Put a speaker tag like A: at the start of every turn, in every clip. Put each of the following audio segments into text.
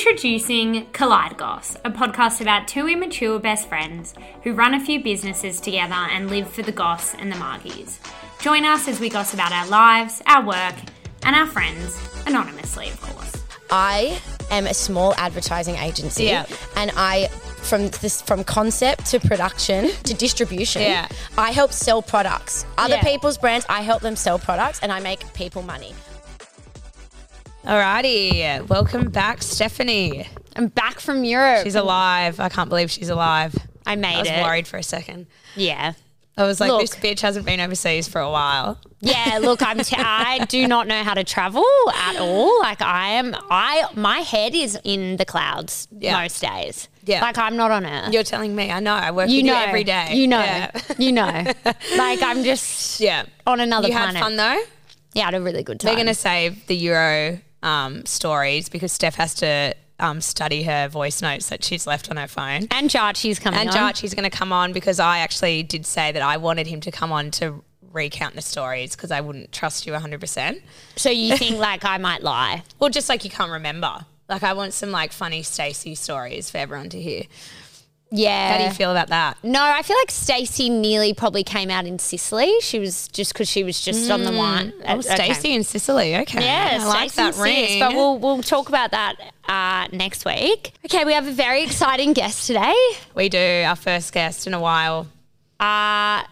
A: Introducing Collide Goss, a podcast about two immature best friends who run a few businesses together and live for the goss and the margies. Join us as we goss about our lives, our work, and our friends, anonymously, of course.
B: I am a small advertising agency,
C: Yeah.
B: and I from this from concept to production to distribution,
C: Yeah.
B: I help sell products. Other
C: Yeah.
B: people's brands, I help them sell products, and I make people money.
C: Alrighty, welcome back, Stephanie.
A: I'm back from Europe.
C: She's alive. I can't believe she's alive.
A: I made
C: I was
A: it.
C: worried for a second.
A: Yeah.
C: I was like,
A: Look.
C: this bitch hasn't been overseas for a while.
A: Yeah, look, I'm t- I do not know how to travel at all. Like I am I my head is in the clouds
C: Yeah.
A: most days.
C: Yeah.
A: Like I'm not on earth.
C: You're telling me. I know. I work
A: you
C: with
A: know
C: you every day.
A: You know.
C: Yeah.
A: You know. Like I'm just
C: Yeah.
A: on another
C: You had
A: planet.
C: fun though.
A: Yeah, I had a really good time.
C: We're gonna save the Euro um, stories because Steph has to um, study her voice notes that she's left on her phone.
A: and Jarchi's coming
C: And
A: on.
C: Jarchi's going to come on because I actually did say that I wanted him to come on to recount the stories because I wouldn't trust you 100%.
A: So you think like I might lie.
C: Well, just like you can't remember. Like I want some like funny Stacey stories for everyone to hear.
A: Yeah.
C: How do you feel about that?
A: No, I feel like Stacey nearly probably came out in Sicily. She was just because she was just on the wine. uh,
C: Oh, Stacey in Sicily. Okay.
A: Yeah,
C: I like
A: Stacey
C: that
A: Sis,
C: ring.
A: But we'll we'll talk about that uh, next week. Okay, we have a very exciting guest today.
C: we do our first guest in a while.
A: Uh,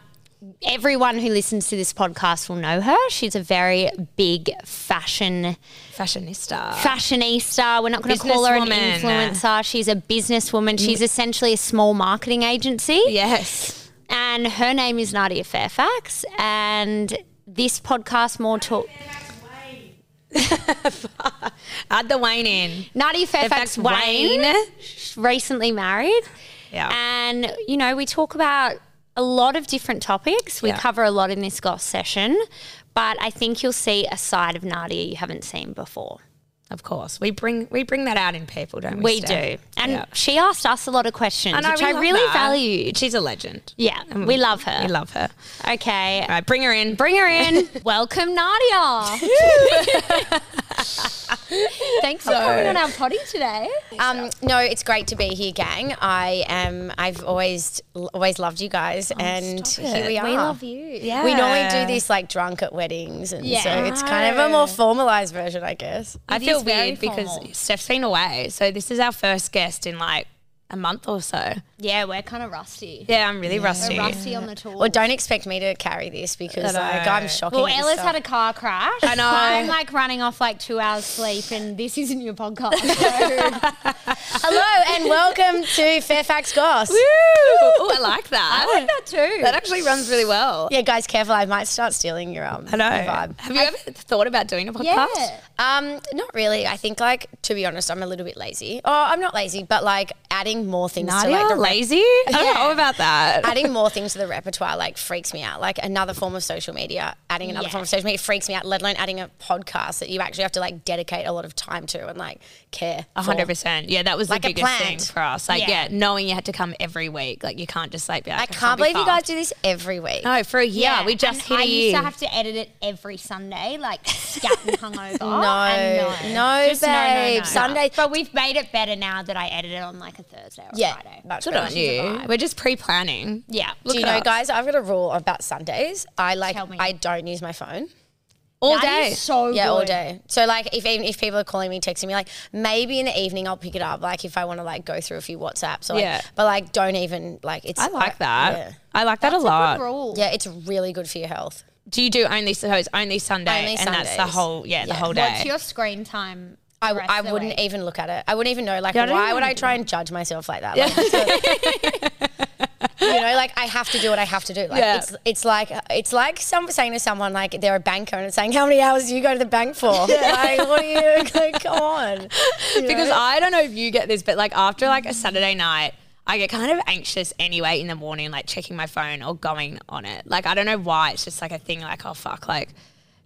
A: everyone who listens to this podcast will know her. She's a very big fashion
C: Fashionista.
A: fashionista. We're not going to call her an
C: Businesswoman. Mm.
A: influencer. She's a businesswoman. She's essentially a small marketing agency.
C: yes.
A: And her name is Nadia Fairfax. And this podcast more talk.
C: Add the Wayne in.
A: Nadia Fairfax,
C: Fairfax Wayne. Oh.
A: Wayne, recently married.
C: Yeah.
A: And, you know, we talk about a lot of different topics. We
C: Yeah.
A: cover a lot in this goss session, but I think you'll see a side of Nadia you haven't seen before.
C: of course. We bring we bring that out in people, don't we?
A: We
C: Steph?
A: do. And
C: Yeah.
A: she asked us a lot of questions,
C: And
A: which I
C: love
A: really
C: that.
A: valued.
C: She's a legend.
A: Yeah, we love her.
C: We love her.
A: okay.
C: All right, bring her in.
A: Bring her in. Welcome, Nadia. Thanks for coming on our potty today.
B: Um, no, it's great to be here, gang. I am. I've always always loved you guys, and
C: stop it.
B: here we are.
A: We love you. Yeah.
B: We normally
C: Yeah.
B: do this like drunk at weddings, and so
A: Yeah.
B: it's kind of a more formalized version, I guess.
C: I feel
A: is very
C: weird because
A: formal.
C: Steph's been away, so this is our first guest in like a month or so.
A: Yeah, we're kind of rusty.
C: Yeah, I'm really rusty.
A: We're rusty on the tool.
B: Well, don't expect me to carry this because
C: No, no.
B: like I'm shocking.
A: Well,
B: at this
A: Ella's
B: stuff.
A: had a car crash. I
C: know.
A: I'm like running off like two hours sleep, and this isn't your podcast. So.
B: Hello and welcome to Fairfax Goss.
C: Oh, I like that.
A: I like that too.
C: That actually runs really well.
B: Yeah, guys, careful. I might start stealing your um
C: I know.
B: your vibe.
C: Have you ever thought about doing a
A: yeah.
C: podcast?
B: Um, not really. I think like to be honest, I'm a little bit lazy. Oh, I'm not lazy, but like adding more things
C: Nadia,
B: to like the rep-
C: lazy? I don't know about that.
B: adding more things to the repertoire like freaks me out. Like another form of social media, adding another
A: Yeah.
B: form of social media freaks me out. Let alone adding a podcast that you actually have to like dedicate a lot of time to and like care.
C: A
B: for.
C: hundred percent. Yeah, that was
B: Like a
C: the biggest thing
B: plant.
C: for us. Like,
A: Yeah.
C: yeah. knowing you had to come every week. Like, you can't just like "Oh, be like,
B: I can't believe you guys do this every week.
C: No, for a year we just
A: and
C: hit
A: I
C: a
A: used
C: year.
A: to have to edit it every Sunday, like scat and hungover.
B: No,
A: and
B: no,
A: Just no, no,
B: babe.
A: no.
B: Sunday-
A: But we've made it better now that I edit it on like a Thursday or
B: yeah,
A: Friday.
B: much
C: Good
B: better.
C: on you. We're just pre-planning.
A: Yeah.
B: Do you
C: at
B: know,
C: us.
B: guys? I've got a rule about Sundays. I like
A: Tell me.
B: I don't use my phone.
C: all
A: That
C: day.
A: is so
B: Yeah, all
A: good.
B: day. So like, if even if people are calling me, texting me, like maybe in the evening I'll pick it up. Like if I want to like go through a few WhatsApps. Or, like,
C: Yeah.
B: But like, don't even like it's.
C: I like that.
B: Yeah.
C: I like that a
A: Good
C: lot.
A: rule.
B: Yeah, it's really good for your health.
C: Do you do only so it's only Sunday
B: Only
C: and that's the
B: Sundays.
C: whole yeah, the
B: Yeah.
C: whole day.
A: What's your screen time?
B: I,
A: the rest
B: I
A: of the
B: wouldn't
A: week?
B: even look at it. I wouldn't even know. Like,
C: Yeah, I don't
B: why
C: even
B: would I try and judge myself like that? Like, it's a- you know, like I have to do what I have to do. Like,
C: Yeah.
B: it's it's like it's like some saying to someone like they're a banker and it's saying how many hours do you go to the bank for? Like, what are you like? Come on. You know?
C: because I don't know if you get this, but like after like a Saturday night, I get kind of anxious anyway in the morning, like checking my phone or going on it. Like I don't know why. It's just like a thing like, oh fuck, like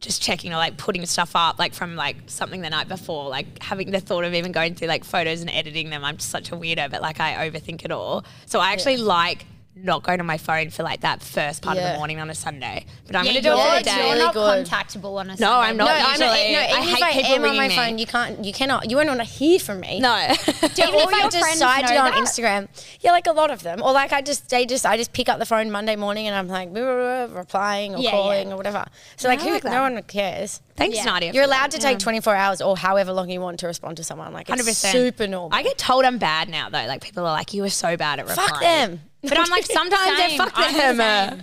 C: just checking or like putting stuff up like from like something the night before, like having the thought of even going through like photos and editing them. I'm just such a weirdo, but like I overthink it all. So I actually like not go to my phone for like that first part of
B: Yeah.
C: the morning on a Sunday. But I'm
D: Yeah,
C: gonna do it for
B: you're-
C: the day.
D: You're
B: Really
D: not
B: good.
D: contactable on a
C: No, I'm
B: No,
C: not
B: I'm not, no.
C: usually. I
B: Even if
C: hate
B: I am
C: people
B: on my
C: ringing me.
B: phone, you can't. You cannot. You won't want to hear from me.
C: no.
B: Yeah,
D: Even
B: or
D: if your
B: you're just
D: friends
B: side
D: know
B: on
D: that?
B: Instagram. Yeah, like a lot of them. Or like I just they just I just pick up the phone Monday morning and I'm like blah, blah, blah, replying or
D: Yeah, yeah.
B: calling or whatever. So like,
C: I
B: who,
C: like that.
B: no one cares.
C: Thanks,
D: Yeah.
C: Nadia.
B: You're
C: for that.
B: allowed to take 24 hours or however long you want to respond to someone. Like it's
C: 100%.
B: super normal.
C: I get told I'm bad now though. Like people are like, you were so bad at replying.
B: Fuck them.
C: But I'm like, sometimes
D: Same.
C: they're fuck
D: I'm the
C: them.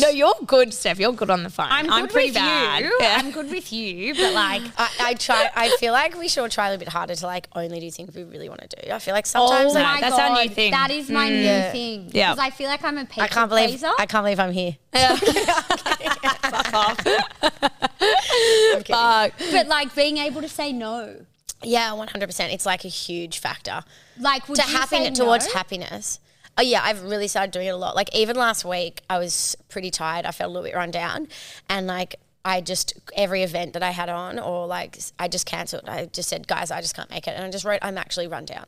C: No, you're good, Steph. You're good on the phone.
D: I'm good
C: pretty
D: with
C: bad.
D: you.
C: Yeah.
D: I'm good with you, but like
B: I, I try. I feel like we should all try a little bit harder to like only do things we really want to do. I feel like sometimes
D: oh
B: like,
D: my
C: that's
D: God,
C: our new thing. Mm.
D: That is my new thing. Because
C: Yeah.
D: I feel like I'm a people
B: I can't believe
D: pleaser.
B: I can't believe I'm here.
C: Fuck.
D: but like being able to say no.
B: Yeah, 100. percent It's like a huge factor.
D: Like would
B: to
D: you say
B: happiness towards
D: no?
B: happiness. Oh yeah, I've really started doing it a lot. Like even last week, I was pretty tired. I felt a little bit run down, and like I just every event that I had on, or like s- I just cancelled. I just said, guys, I just can't make it, and I just wrote, I'm actually run down.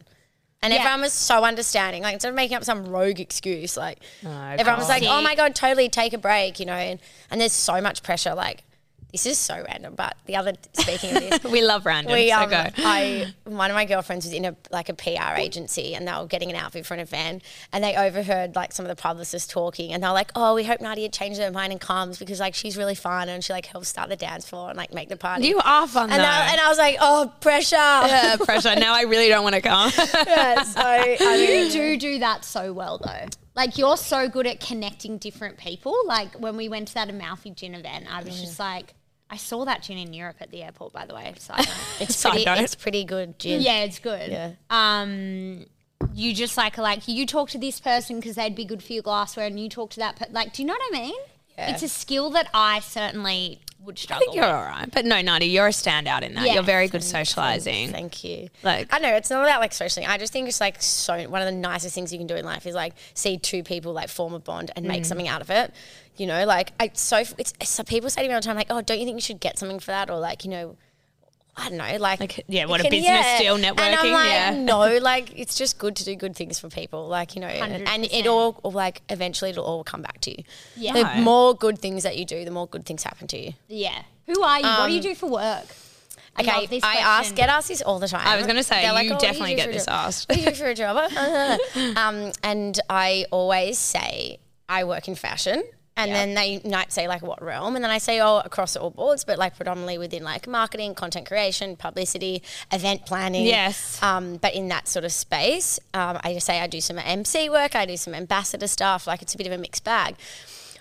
B: And everyone was so understanding. Like instead of making up some rogue excuse, like everyone was like, "Oh my god, totally take a break," you know. And, and there's so much pressure. Like this is so random. But the other speaking of this,
C: We love random.
B: we
C: so
B: um,
C: go.
B: I one of my girlfriends was in a like a PR agency and they were getting an outfit for an event and they overheard like some of the publicists talking and they're like, Oh, we hope Nadia changes her mind and comes because like she's really fun and she like helps start the dance floor and like make the party.
C: You are fun
B: and
C: though.
B: I, and I was like, Oh, pressure.
C: Yeah, pressure. Now I really don't want to come.
B: Yeah, so I mean,
D: You do do that so well though. Like you're so good at connecting different people. Like when we went to that Amalfi gin event, I
B: Mm.
D: was just like, I saw that gin in Europe at the airport, by the way. So
B: it's
C: Side
B: pretty
C: note.
B: it's pretty good, Jim.
D: yeah, it's good.
B: Yeah.
D: Um, you just like are like you talk to this person because they'd be good for your glassware, and you talk to that. Per- like, do you know what I mean?
B: Yeah.
D: It's a skill that I certainly would
C: I
D: struggle.
C: think you're all right. But no, Nadia, you're a standout in that.
D: Yeah.
C: You're very good socializing.
B: Thank you.
C: Like-
B: I know it's not about like socially. I just think it's like so one of the nicest things you can do in life is like see two people like form a bond and
C: Mm.
B: make something out of it. You know, like I so it's so people say to me all the time like, oh, don't you think you should get something for that or like you know. I don't know, like,
C: Like, yeah, what
B: it
C: a business deal,
B: And I'm
C: networking,
B: like,
C: yeah.
B: no, like it's just good to do good things for people, like you know, and, and it all or, like eventually it'll all come back to you.
D: Yeah.
B: the
C: Right.
B: more good things that you do, the more good things happen to you.
D: Yeah. Who are you? what do you do for work? I
B: Okay, I,
D: love this
B: ask,
D: question.
B: get asked this all the time.
C: I was gonna say,
B: They're like,
C: you
B: "Oh, what do
C: definitely
B: do
C: get
B: for a
C: this
B: job?"
C: asked.
B: What do you do for a job? um, and I always say I work in fashion. And then they might say like what realm, and then I say oh across all boards, but like predominantly within like marketing, content creation, publicity, event planning.
C: Yes.
B: Um, but in that sort of space, um, I just say I do some MC work, I do some ambassador stuff. Like it's a bit of a mixed bag.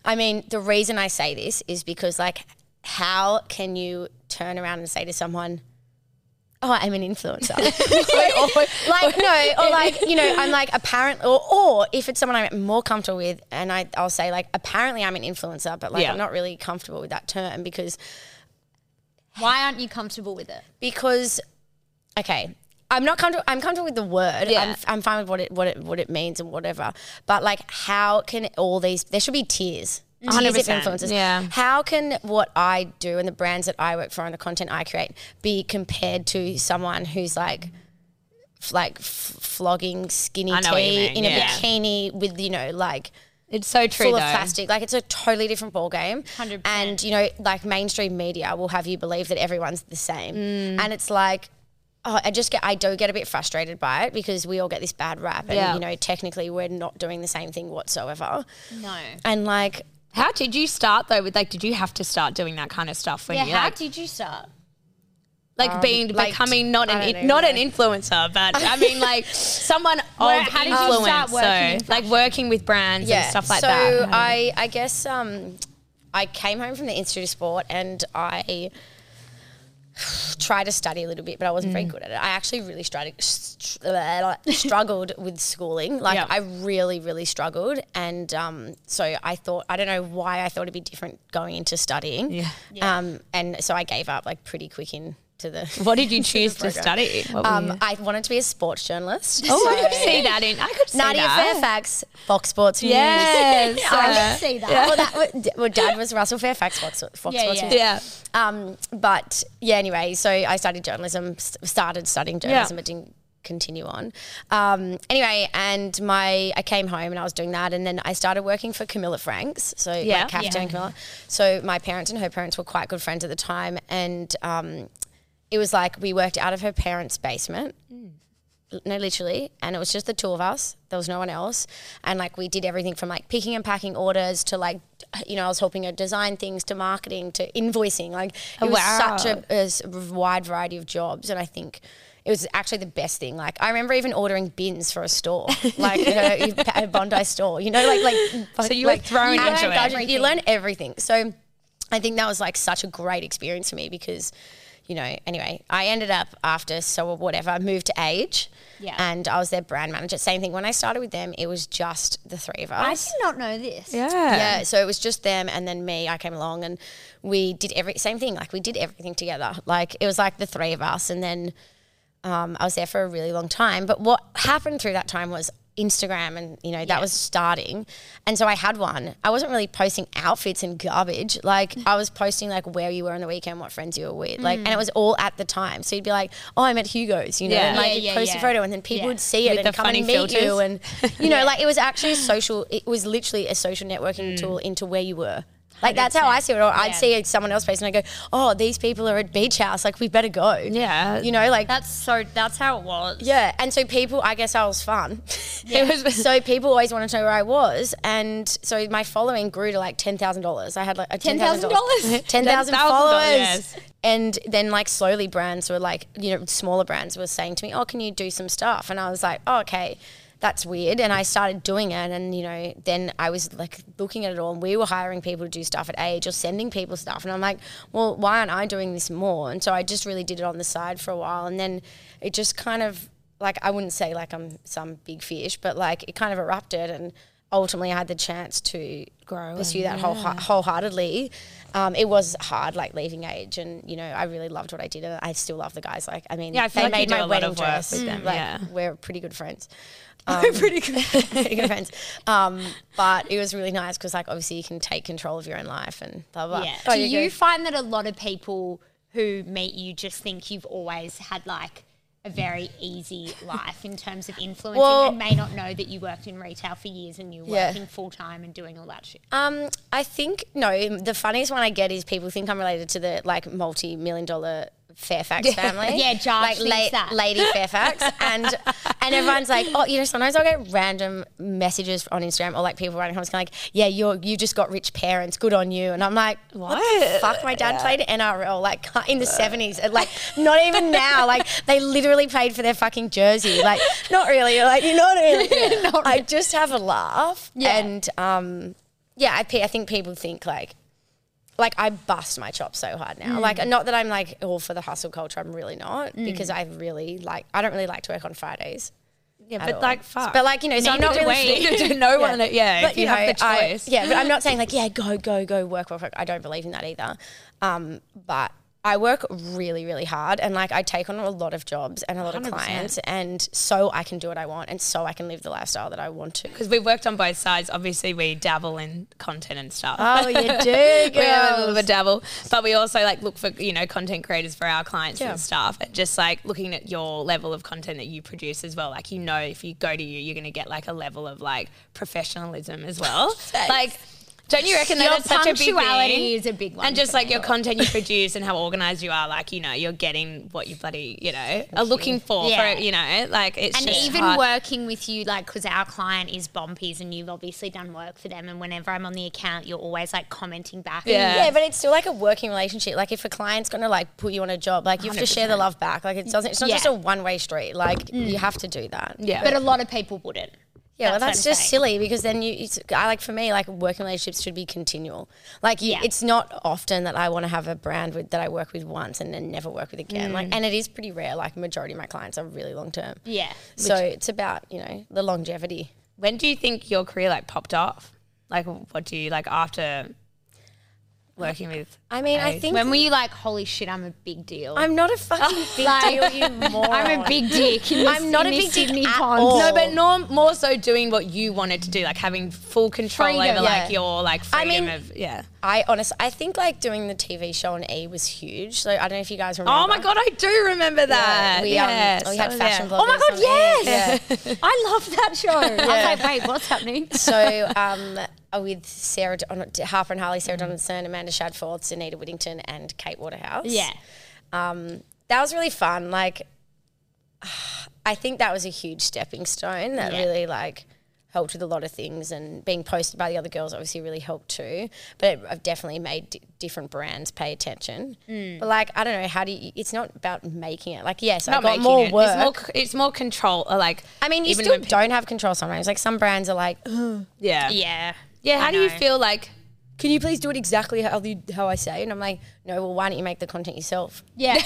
B: I mean, the reason I say this is because like, how can you turn around and say to someone, "Oh, I'm an influencer," Or- or- like no, or like you know, I'm like apparent, or, or if it's someone I'm more comfortable with, and I I'll say like, apparently I'm an influencer, but like
C: Yeah.
B: I'm not really comfortable with that term because
D: Why aren't you comfortable with it?
B: because okay i'm not comfortable i'm comfortable with the word
C: Yeah.
B: I'm, I'm fine with what it what it what it means and whatever but like how can all these there should be tiers Tiers of
C: 100%,
B: influencers.
C: Mm-hmm. yeah.
B: How can what I do and the brands that I work for and the content I create be compared to someone who's like, f- like f- flogging skinny
C: I know what you
B: tea
C: mean,
B: in
C: yeah.
B: a bikini with you know like
C: It's so true
B: full
C: though.
B: of plastic. Like it's a totally different ball game.
D: 100%.
B: And you know, like mainstream media will have you believe that everyone's the same,
C: Mm.
B: and it's like. Oh, I just get I do get a bit frustrated by it because we all get this bad rap and
C: Yeah.
B: you know technically we're not doing the same thing whatsoever.
D: No.
B: And like
C: How did you start though? With like, did you have to start doing that kind of stuff when
D: Yeah.
C: you
D: how
C: like,
D: did you start?
C: like being
B: like,
C: becoming not an
B: I don't
C: in,
B: know,
C: not an influencer, but I mean like someone
D: Where-
C: of
D: how did you
C: influence,
D: start working in
C: so like working with brands and stuff like
B: so
C: that.
B: I, I guess um, I came home from the Institute of Sport and I tried to study a little bit, but I wasn't very
C: Mm.
B: good at it. I actually really stri- str- struggled with schooling. Like
C: Yeah.
B: I really, really struggled. And um, so I thought, I don't know why I thought it'd be different going into studying.
C: Yeah.
B: Um, and so I gave up like pretty quick in to the.
C: What did you choose to
B: program.
C: study? What were you-
B: Um, I wanted to be a sports journalist.
C: oh,
B: So-
C: I could see that in. I could see
B: Nadia
C: that.
B: Fairfax, Fox Sports News.
C: Yes.
D: I
C: uh,
D: didn't see that.
B: well, that wa- d- well, dad was Russell Fairfax, Fox, Fox
D: Yeah,
B: Sports
D: yeah.
B: News.
C: yeah.
B: Um, but yeah, anyway, so I studied journalism, st- started studying journalism, but didn't continue on. Um, anyway, and my I came home and I was doing that, and then I started working for Camilla Franks. So yeah,
C: Yeah.
B: like Caftan and Camilla. So my parents and her parents were quite good friends at the time, and um, it was like we worked out of her parents' basement. L- No, literally, and it was just the two of us. There was no one else, and like we did everything from like picking and packing orders to like, you know, I was helping her design things to marketing to invoicing. Like it was
C: wow.
B: such a, a s- wide variety of jobs, and I think it was actually the best thing. Like I remember even ordering bins for a store, like you know, you- a Bondi store. You know, like like
C: So you were thrown
B: you learn
C: into it.
B: budget- You learn everything. So I think that was like such a great experience for me because, you know, anyway, I ended up after so whatever, I moved to Age.
D: Yeah.
B: And I was their brand manager. Same thing. When I started with them, it was just the three of us.
D: I did not know this.
C: Yeah.
B: Yeah, so it was just them and then me. I came along and we did every same thing. Like we did everything together. Like it was like the three of us. And then um, I was there for a really long time. But what happened through that time was Instagram, and you know that was starting. And so I had one. I wasn't really posting outfits and garbage. Like I was posting like where you were on the weekend, what friends you were with. Like, and it was all at the time. So you'd be like, oh, I'm at Hugo's, you know,
C: Mm. Yeah.
B: and like
D: Yeah,
B: you'd
D: yeah,
B: post a
D: yeah.
B: photo, and then people
D: Yeah.
B: would see it
C: With
B: and
C: the
B: come and
C: funny
B: meet you,
C: filters.
B: and you know, like it was actually a social. It was literally a social networking tool into where you were. Like that's how I see it. Or I'd
D: Yeah.
B: see someone else post and I go, "Oh, these people are at beach house. Like we better go."
C: Yeah.
B: you know, like
D: That's so. That's how it was.
B: yeah, and so people, I guess I was fun.
C: It was
B: so people always wanted to know where I was, and so my following grew to like ten thousand dollars. I had like ten thousand
D: $10,000?
B: dollars, ten thousand
C: $10,000,
B: followers.
C: yes.
B: And then like slowly, brands were like, you know, smaller brands were saying to me, "Oh, can you do some stuff?" And I was like, "Oh, okay." That's weird, and I started doing it, and you know, then I was like looking at it all, and we were hiring people to do stuff at Age or sending people stuff, and I'm like, well, why aren't I doing this more? And so I just really did it on the side for a while, and then it just kind of like I wouldn't say like I'm some big fish, but like it kind of erupted, and ultimately I had the chance to grow pursue that whole wholeheartedly. Um, it was hard, like leaving age, and you know I really loved what I did, and I still love the guys. Like I mean,
C: Yeah, I feel
B: they made
C: like you do
B: my
C: a lot
B: wedding
C: of work
B: dress.
C: with them,
B: like,
C: yeah.
B: we're pretty good friends. we're pretty good, pretty good friends. Um, but it was really nice because like obviously you can take control of your own life and blah blah. Oh,
D: Yeah.
B: blah.
D: Do you find that a lot of people who meet you just think you've always had like a very easy life in terms of influencing
B: Well-
D: and may not know that you worked in retail for years and you're
B: Yeah.
D: working full time and doing all that shit?
B: Um, I think no. The funniest one I get is people think I'm related to the like multi-million dollar Fairfax family.
D: Yeah,
B: like
D: Josh thinks that.
B: Lady Fairfax, and and everyone's like, oh, you know, sometimes I'll get random messages on Instagram or like people writing comments kind of like, yeah, you are you just got rich parents, good on you, and I'm like, what? the
C: What?
B: fuck? My dad played NRL like in the seventies, like not even now, like they literally paid for their fucking jersey, like not really, like you know what I mean? I just have a laugh,
D: Yeah.
B: and um yeah, I, pe- I think people think like, like I bust my chops so hard now. Like,
C: Mm.
B: not that I'm like all for the hustle culture. I'm really not because I really like. I don't really like to work on Fridays.
C: Yeah,
B: at
C: but
B: all.
C: like fuck.
B: But like you know, so I'm not
C: Neither do
B: really.
C: we. Neither do no one. uh, Yeah,
B: But
C: if you, have the
B: I-
C: choice.
B: yeah, but I'm not saying like yeah, go go go work work work. I don't believe in that either. Um, but I work really really hard and like I take on a lot of jobs and a lot of
C: 100%.
B: clients and so I can do what I want and so I can live the lifestyle that I want to.
C: because we've worked on both sides. Obviously, we dabble in content and stuff.
B: Oh, you do.
C: we have a little bit dabble, but we also like look for you know content creators for our clients
B: Yeah.
C: and stuff, and just like looking at your level of content that you produce as well. Like you know, if you go to you, you're gonna get like a level of like professionalism as well. like, don't you reckon that
D: Your
C: that's such a big
D: punctuality
C: thing?
D: is a big one.
C: and just like your content you produce and how organized you are, like you know, you're getting what you bloody you know are looking for.
D: Yeah.
C: For, you know, like it's
D: and
C: just
D: even
C: hard.
D: working with you, like, because our client is Bompies, and you've obviously done work for them. And whenever I'm on the account, you're always like commenting back.
C: Yeah.
B: Yeah, but it's still like a working relationship. Like if a client's gonna like put you on a job, like you have to share the love back. Like it doesn't. It's not
D: Yeah.
B: just a one way street. Like you have to do that.
C: yeah,
D: But a lot of people wouldn't.
B: Yeah, well,
D: That's what
B: that's
D: I'm
B: just
D: saying.
B: silly because then you, it's, I like for me, like working relationships should be continual. Like, you,
D: Yeah.
B: it's not often that I want to have a brand with, that I work with once and then never work with again. Like, and it is pretty rare. Like, majority of my clients are really long term.
D: Mm. Yeah.
B: So it's about you know the longevity.
C: when do you think your career like popped off? Like, what do you like after working with
B: I mean, I
C: Hey.
B: think
D: When were you like, holy shit, I'm a big deal?
B: I'm not a fucking big deal, you moron.
D: I'm a big dick. In this,
B: I'm not
D: in
B: a
D: this
B: big dick
D: Sydney
B: at
D: pond.
B: all.
D: No,
C: No, but norm, more so doing what you wanted to do, like having full control
D: Freedom,
C: over like
B: yeah.
C: your like
B: I
C: freedom
B: mean-
C: of yeah.
B: I honestly, I think like doing the TV show on E was huge. So I don't know if you guys remember.
C: Oh my god, I do remember that.
B: Yeah, we, um,
C: yes,
B: we
C: that
B: had
C: was
B: fashion
C: it.
B: bloggers.
D: Oh my god,
B: on E,
D: yes!
B: yeah.
D: I love that show. I was like, wait, what's happening?
B: so um, uh, with Sarah Don- Harper and Harley, Sarah
C: Mm.
B: Donaldson, Amanda Shadforth, Sunita Whittington, and Kate Waterhouse.
D: Yeah.
B: that was really fun. Like, I think that was a huge stepping stone that
D: Yeah.
B: really like helped with a lot of things. And being posted by the other girls obviously really helped too. But it, I've definitely made d- different brands pay attention.
C: Mm.
B: But like, I don't know how do you? It's not about making it. Like, yes, I
C: Not
B: got
C: making
B: more
C: it.
B: work.
C: It's more, c- it's more control. uh, Like
B: I mean, you
C: even
B: still
C: when pe-
B: don't have control sometimes. Like some brands are like,
C: yeah,
D: Yeah.
C: yeah. How
D: I
C: do you
D: know.
C: feel like?
B: can you please do it exactly how you, how I say? And I'm like, no. Well, why don't you make the content yourself?
D: Yeah.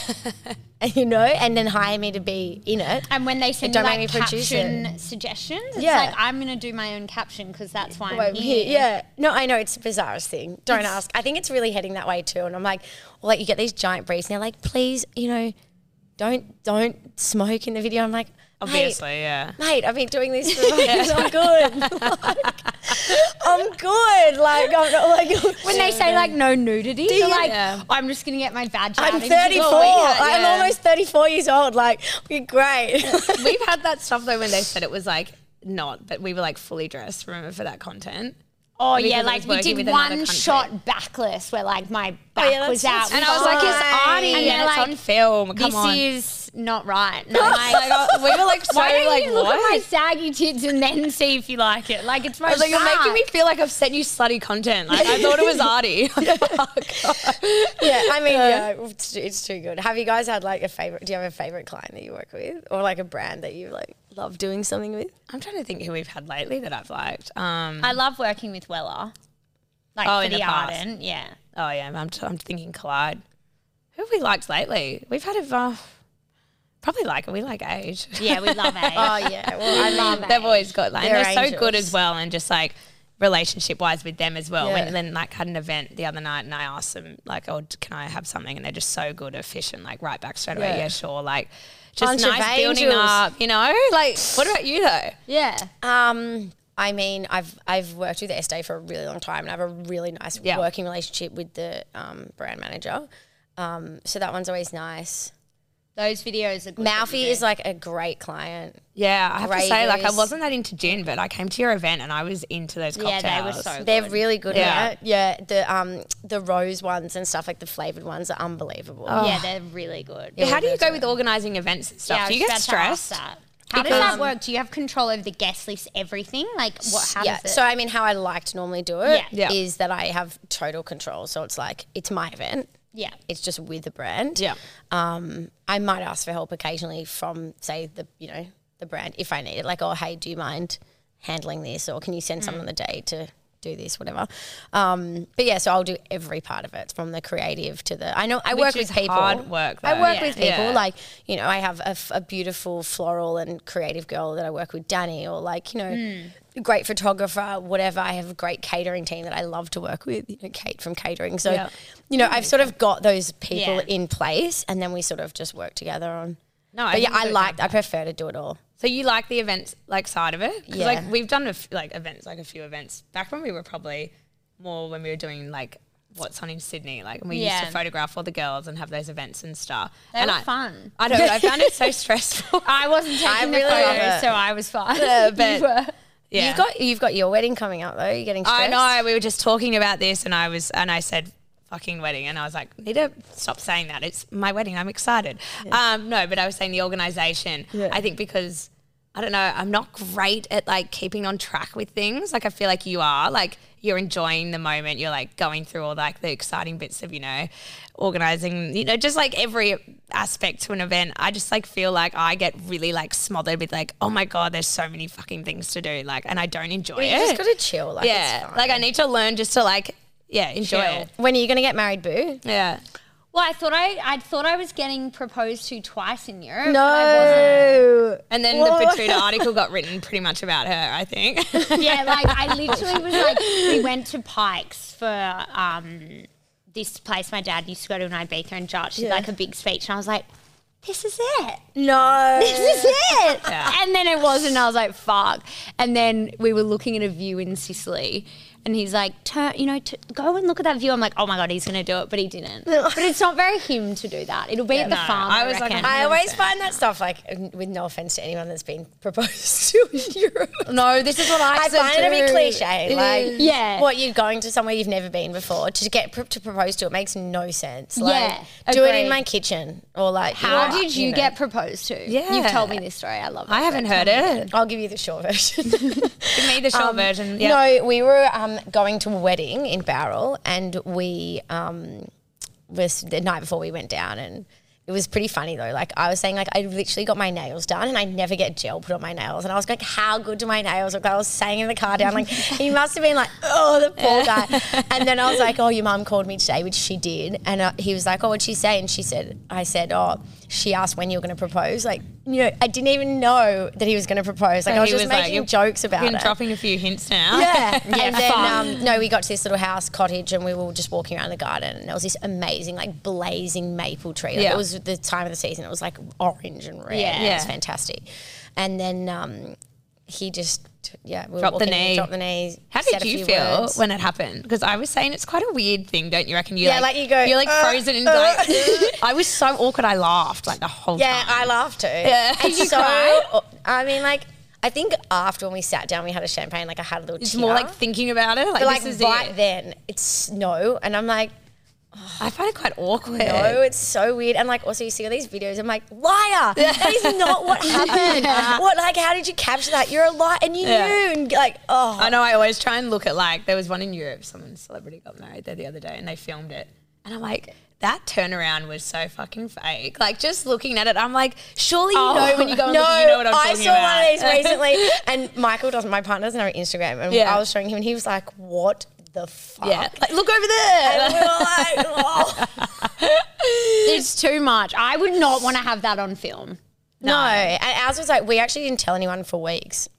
B: you know, and then hire me to be in it.
D: And when they send you
B: don't
D: like
B: make me produce
D: caption suggestions, it's
B: Yeah.
D: like I'm gonna do my own caption because that's why I'm
B: Why I'm
D: here.
B: here. Yeah. No, I know it's the bizarrest thing. Don't ask. I think it's really heading that way too. And I'm like, well, like you get these giant briefs, and they're like, please, you know, don't don't smoke in the video. I'm like,
C: Obviously,
B: obviously,
C: yeah.
B: mate, I've been doing this for years. I'm good. Like, I'm good. Like I'm not like
D: When they say like no nudity, they're
B: you-
D: like,
C: Yeah.
D: I'm just gonna get my badge out.
B: I'm
D: into
B: 34.
D: the week."
B: I'm
C: yeah.
B: almost 34 years old. Like, you're great.
C: We've had that stuff though when they said it was like not, but we were like fully dressed. Remember for that content?
D: Oh
C: Because
D: yeah,
C: it
D: like
C: was
D: we
C: working
D: did
C: with another
D: one
C: country.
D: shot backless where like my back
B: yeah,
D: was
B: that's-
D: out.
C: And
D: We
C: I was like, it's
D: like,
C: arty and,
D: And they're
C: it's
D: like,
C: on film. Come
D: This
C: on.
D: is not right. And
C: Like,
D: I'm like,
C: I- we were like so
D: why don't
C: like
D: you look at my
C: what?
D: saggy tits and then see if you like it? Like it's my
C: I was like, you're
D: back.
C: making me feel like I've sent you slutty content. Like I thought it was arty.
B: yeah, I mean, yeah, it's, too- it's too good. Have you guys had like a favorite? Do you have a favorite client that you work with, or like a brand that you like love doing something with?
C: I'm trying to think who we've had lately that I've liked. Um,
D: I love working with Weller. Like
C: Oh,
D: for
C: in
D: the,
C: the past.
D: Arden, yeah.
C: oh yeah, I'm, I'm thinking Collide. Who have we liked lately? We've had a uh, probably like we like Age.
D: Yeah, we love it.
B: Oh yeah, well, I love
D: love
C: They've always got like, and
B: They're
C: they're so good
B: angels.
C: as well, and just like relationship wise with them as well.
B: Yeah.
C: And then like had an event the other night, and I asked them like, "Oh, d- can I have something?" And they're just so good, efficient, like right back straight away.
B: Yeah.
C: Yeah, sure. Like just
B: Bunch of
C: nice building
B: angels.
C: up, you know. Like, what about you though?
D: Yeah.
B: Um, I mean, I've I've worked with Estee for a really long time, and I have a really nice
C: Yeah.
B: working relationship with the um, brand manager. Um, so that one's always nice.
D: Those videos are good. that you
B: Malfi
D: do.
B: is like a great client.
C: Yeah, I have to say, like, I
B: Ravers.
C: wasn't that into gin, but I came to your event and I was into those
D: Yeah,
C: cocktails.
D: they were so
B: They're
D: good.
B: really good.
C: Yeah.
B: Yeah, at it. yeah. The um the rose ones and stuff like the flavored ones are unbelievable.
D: Yeah, they're really good.
C: How do you go with organising events and stuff?
D: Yeah, I
C: do you
D: was
C: get
D: about to ask
C: stressed?
D: that. How does that work? Do you have control over the guest list, everything? Like what how
B: yeah.
D: does it
B: So I mean, how I like to normally do it is
D: Yeah.
C: Yeah.
B: that I have total control. So it's like it's my event.
D: Yeah.
B: It's just with the brand.
C: Yeah.
B: Um, I might ask for help occasionally from say the you know the brand if I need it. Like, oh hey, do you mind handling this, or can you send
C: Mm.
B: someone on the day to do this, whatever. Um, but yeah, so I'll do every part of it from the creative to the. I know I work
C: is
B: with people.
C: hard work,
B: I
C: though.
B: work
C: Um, Yeah.
B: with people
C: Yeah.
B: like you know I have a, f- a beautiful floral and creative girl that I work with, Danny, or like you know.
C: Hmm.
B: a Great photographer, whatever. I have a great catering team that I love to work with, you know, Kate from catering. So,
C: Yeah.
B: you know, I've sort of got those people
D: Yeah.
B: in place and then we sort of just work together on.
C: No,
B: But yeah,
C: think
B: I
C: so.
B: like, I prefer to do it all.
C: So you like the events like side of it? 'Cause,
B: Yeah.
C: Like we've done a f- like events, like a few events back when we were probably more when we were doing like what's on in Sydney. Like and we used
D: Yeah.
C: to photograph all the girls and have those events and stuff.
D: they
C: and
D: were
C: I,
D: fun.
C: I don't know. I found it so stressful.
D: I wasn't taking the
B: really love
D: photos,
B: it.
D: so I was fine.
C: Yeah, but-
D: you were.
C: Yeah.
B: You've got, you've got your wedding coming up though. You're getting
C: I
B: stressed.
C: know. We were just talking about this, and I was, and I said, "Fucking wedding," and I was like, "Need to stop saying that. It's my wedding. I'm excited." Um, no, but I was saying the organisation. I think because I don't know, I'm not great at like keeping on track with things. Like I feel like you are. Like you're enjoying the moment. You're like going through all like the exciting bits of you know, organising. You know, just like every aspect to an event. I just like feel like I get really like smothered with like, oh my god, there's so many fucking things to do. Like, and I don't enjoy
B: You
C: it
B: just got to chill. Like,
C: yeah, like I need to learn just to like, yeah, enjoy
D: Chill.
C: it.
B: when are you going to get married, boo?
C: Yeah,
D: Well, I thought I I thought I was getting proposed to twice in Europe. but I wasn't.
B: No.
C: and then the Petuda article got written pretty much about her. I think.
D: Yeah, like I literally was like, we went to Pikes for um, this place my dad used to go to in Ibiza and Josh did like a big speech, and I was like, this is it.
B: No.
D: This is it. And then it was, and I was like, fuck. And then we were looking at a view in Sicily, and he's like, turn, you know, t- go and look at that view. I'm like, oh my God, he's going to do it, but he didn't. but it's not very him to do that. It'll be at the farm. I was like,
B: I always find that stuff like, with no offense to anyone that's been proposed to in Europe.
E: No, this is what I
B: I
E: said
B: find it to be
E: too.
B: cliche.
E: It
B: like,
E: is.
D: Yeah.
B: what you're going to somewhere you've never been before to get pr- to propose to it makes no sense. Like,
D: Yeah,
B: do it
D: agreed.
B: in my kitchen or like.
D: how
B: yeah,
D: did you,
B: know.
D: get proposed to?
C: Yeah.
D: You've told me this story. I love it.
C: I haven't heard it.
B: I'll give you the short version.
C: Give me the short
B: Um,
C: version. Yeah.
B: No, we were um, going to a wedding in Barrel, and we um, was the night before we went down, and it was pretty funny though. Like I was saying, like I literally got my nails done, and I never get gel put on my nails, and I was like, how good do my nails look? I was saying in the car down, like he must have been like, oh, the poor guy. and then I was like, oh, your mum called me today, which she did, and uh, he was like, oh, what'd she say? And she said, I said, oh. She asked when you were going to propose. Like, you know, I didn't even know that he was going to propose. Like, I was
C: he
B: just
C: was like,
B: making
C: "You're
B: jokes about
C: Been
B: it.
C: dropping a few hints now.
B: Yeah. And then, um, no, we got to this little house cottage and we were just walking around the garden and there was this amazing, like, blazing maple tree. Like,
C: Yeah.
B: It was the time of the season. It was like orange and red.
D: Yeah.
B: It was
C: Yeah.
B: fantastic. And then um, he just, yeah, we were
C: Dropped the
B: walking,
C: knee.
B: dropped the knee.
C: How
B: said
C: did
B: a
C: you
B: few
C: feel
B: words.
C: when it happened? Because I was saying it's quite a weird thing, don't you reckon? You
B: Yeah, like you go,
C: you're like
B: uh,
C: frozen and
B: uh,
C: like. I was so awkward. I laughed like the whole
B: Yeah,
C: time.
B: I laughed too.
C: Yeah.
B: It's
C: Did you
B: so,
C: cry?
B: I mean, like, I think after when we sat down, we had a champagne, like, I had a little
C: It's
B: tear.
C: more like thinking about it. Like,
B: but, like,
C: this is
B: right
C: it.
B: then, it's no. And I'm like,
C: I find it quite awkward.
B: No, it's so weird. And like, also, you see all these videos. I'm like, liar! That is not what happened. What? Like, how did you capture that? You're a liar, and you
C: Yeah.
B: knew. And like, oh,
C: I know I always try and look at like there was one in Europe, someone celebrity got married there the other day and they filmed it. And I'm like, that turnaround was so fucking fake. Like just looking at it, I'm like, surely you know when you go and look, you know what I'm
B: Oh. I
C: talking
B: saw
C: about.
B: one of these recently, and Michael doesn't. My partner doesn't have Instagram, and
C: Yeah.
B: I was showing him, and he was like, "What the fuck?"
C: yeah. Like look over there.
B: And we were like, oh.
D: It's too much. I would not want to have that on film.
B: no. And ours was like, we actually didn't tell anyone for weeks.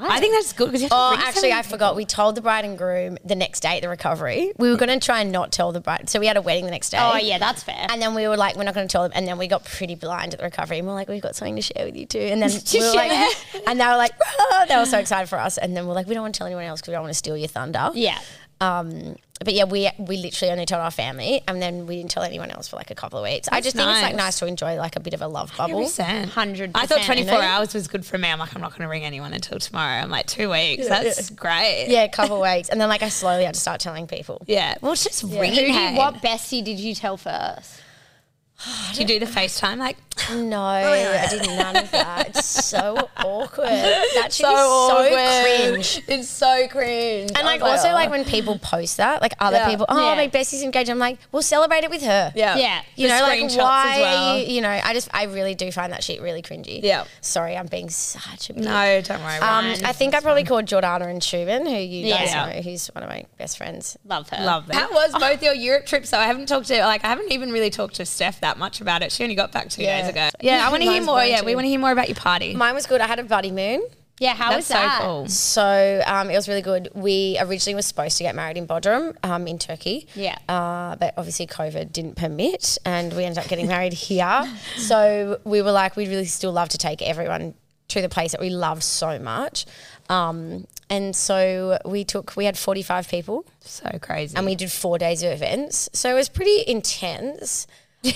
C: I think that's good because you have to
B: Oh,
C: bring
B: actually, I
C: something-
B: forgot. We told the bride and groom the next day at the recovery. We were going to try and not tell the bride. So we had a wedding the next day.
D: Oh, yeah, that's fair.
B: And then we were like, we're not going to tell them. And then we got pretty blind at the recovery. And we are like, we've got something to share with you too. And then we were like, and they were like, "Oh," they were so excited for us. And then we're like, we don't want to tell anyone else because we don't want to steal your thunder.
D: yeah.
B: Um, but yeah, we we literally only told our family, and then we didn't tell anyone else for like a couple of weeks. I just think it's like
C: nice.
B: nice to enjoy like a bit of a love bubble.
C: 100%.
D: 100%,
C: I thought
D: I
C: 24
B: know.
C: hours was good for me. I'm like, I'm not going to ring anyone until tomorrow. I'm like, two weeks. That's great.
B: Yeah, a couple of weeks, and then like I slowly had to start telling people.
C: Yeah. Well, it's just ringing.
D: Who do you-
C: hey.
D: what bestie did you tell first?
C: Did you do the FaceTime? Like,
B: No,
C: Oh,
B: I did none of that. It's so awkward. That should be so cringe.
E: It's so cringe.
B: And like
C: "Oh."
B: also like when people post that, like other
E: Yeah.
B: people, oh
D: Yeah.
B: my bestie's engaged. I'm like, we'll celebrate it with her.
E: Yeah.
D: Yeah.
B: You
C: The
B: know, like
C: screenshots as
B: why? are
C: well.
B: You, you know, I just I really do find that shit really cringy.
E: Yeah.
B: Sorry, I'm being such a bitch.
C: no, don't worry.
B: Um, I think I probably called Jordana and Shubin, who you guys
D: Yeah.
B: know, who's one of my best friends.
D: Love her.
C: Love that.
E: That
C: was both your Europe trips. So I haven't talked to like I haven't even really talked to Steph that much about it. She only got back two days ago. Yeah, I want to hear
B: Mine's
C: more.
B: mine
C: Yeah,
B: too.
C: we want to hear more about your party.
B: Mine was good. I had a bloody moon.
D: Yeah, how
C: That's
D: was that?
C: so cool.
B: So um, it was really good. We originally were supposed to get married in Bodrum um, in Turkey.
D: Yeah.
B: Uh, but obviously COVID didn't permit and we ended up getting married here. So we were like, we'd really still love to take everyone to the place that we loved so much. Um, and so we took, we had 45 people
C: So crazy.
B: and we did four days of events. So it was pretty intense.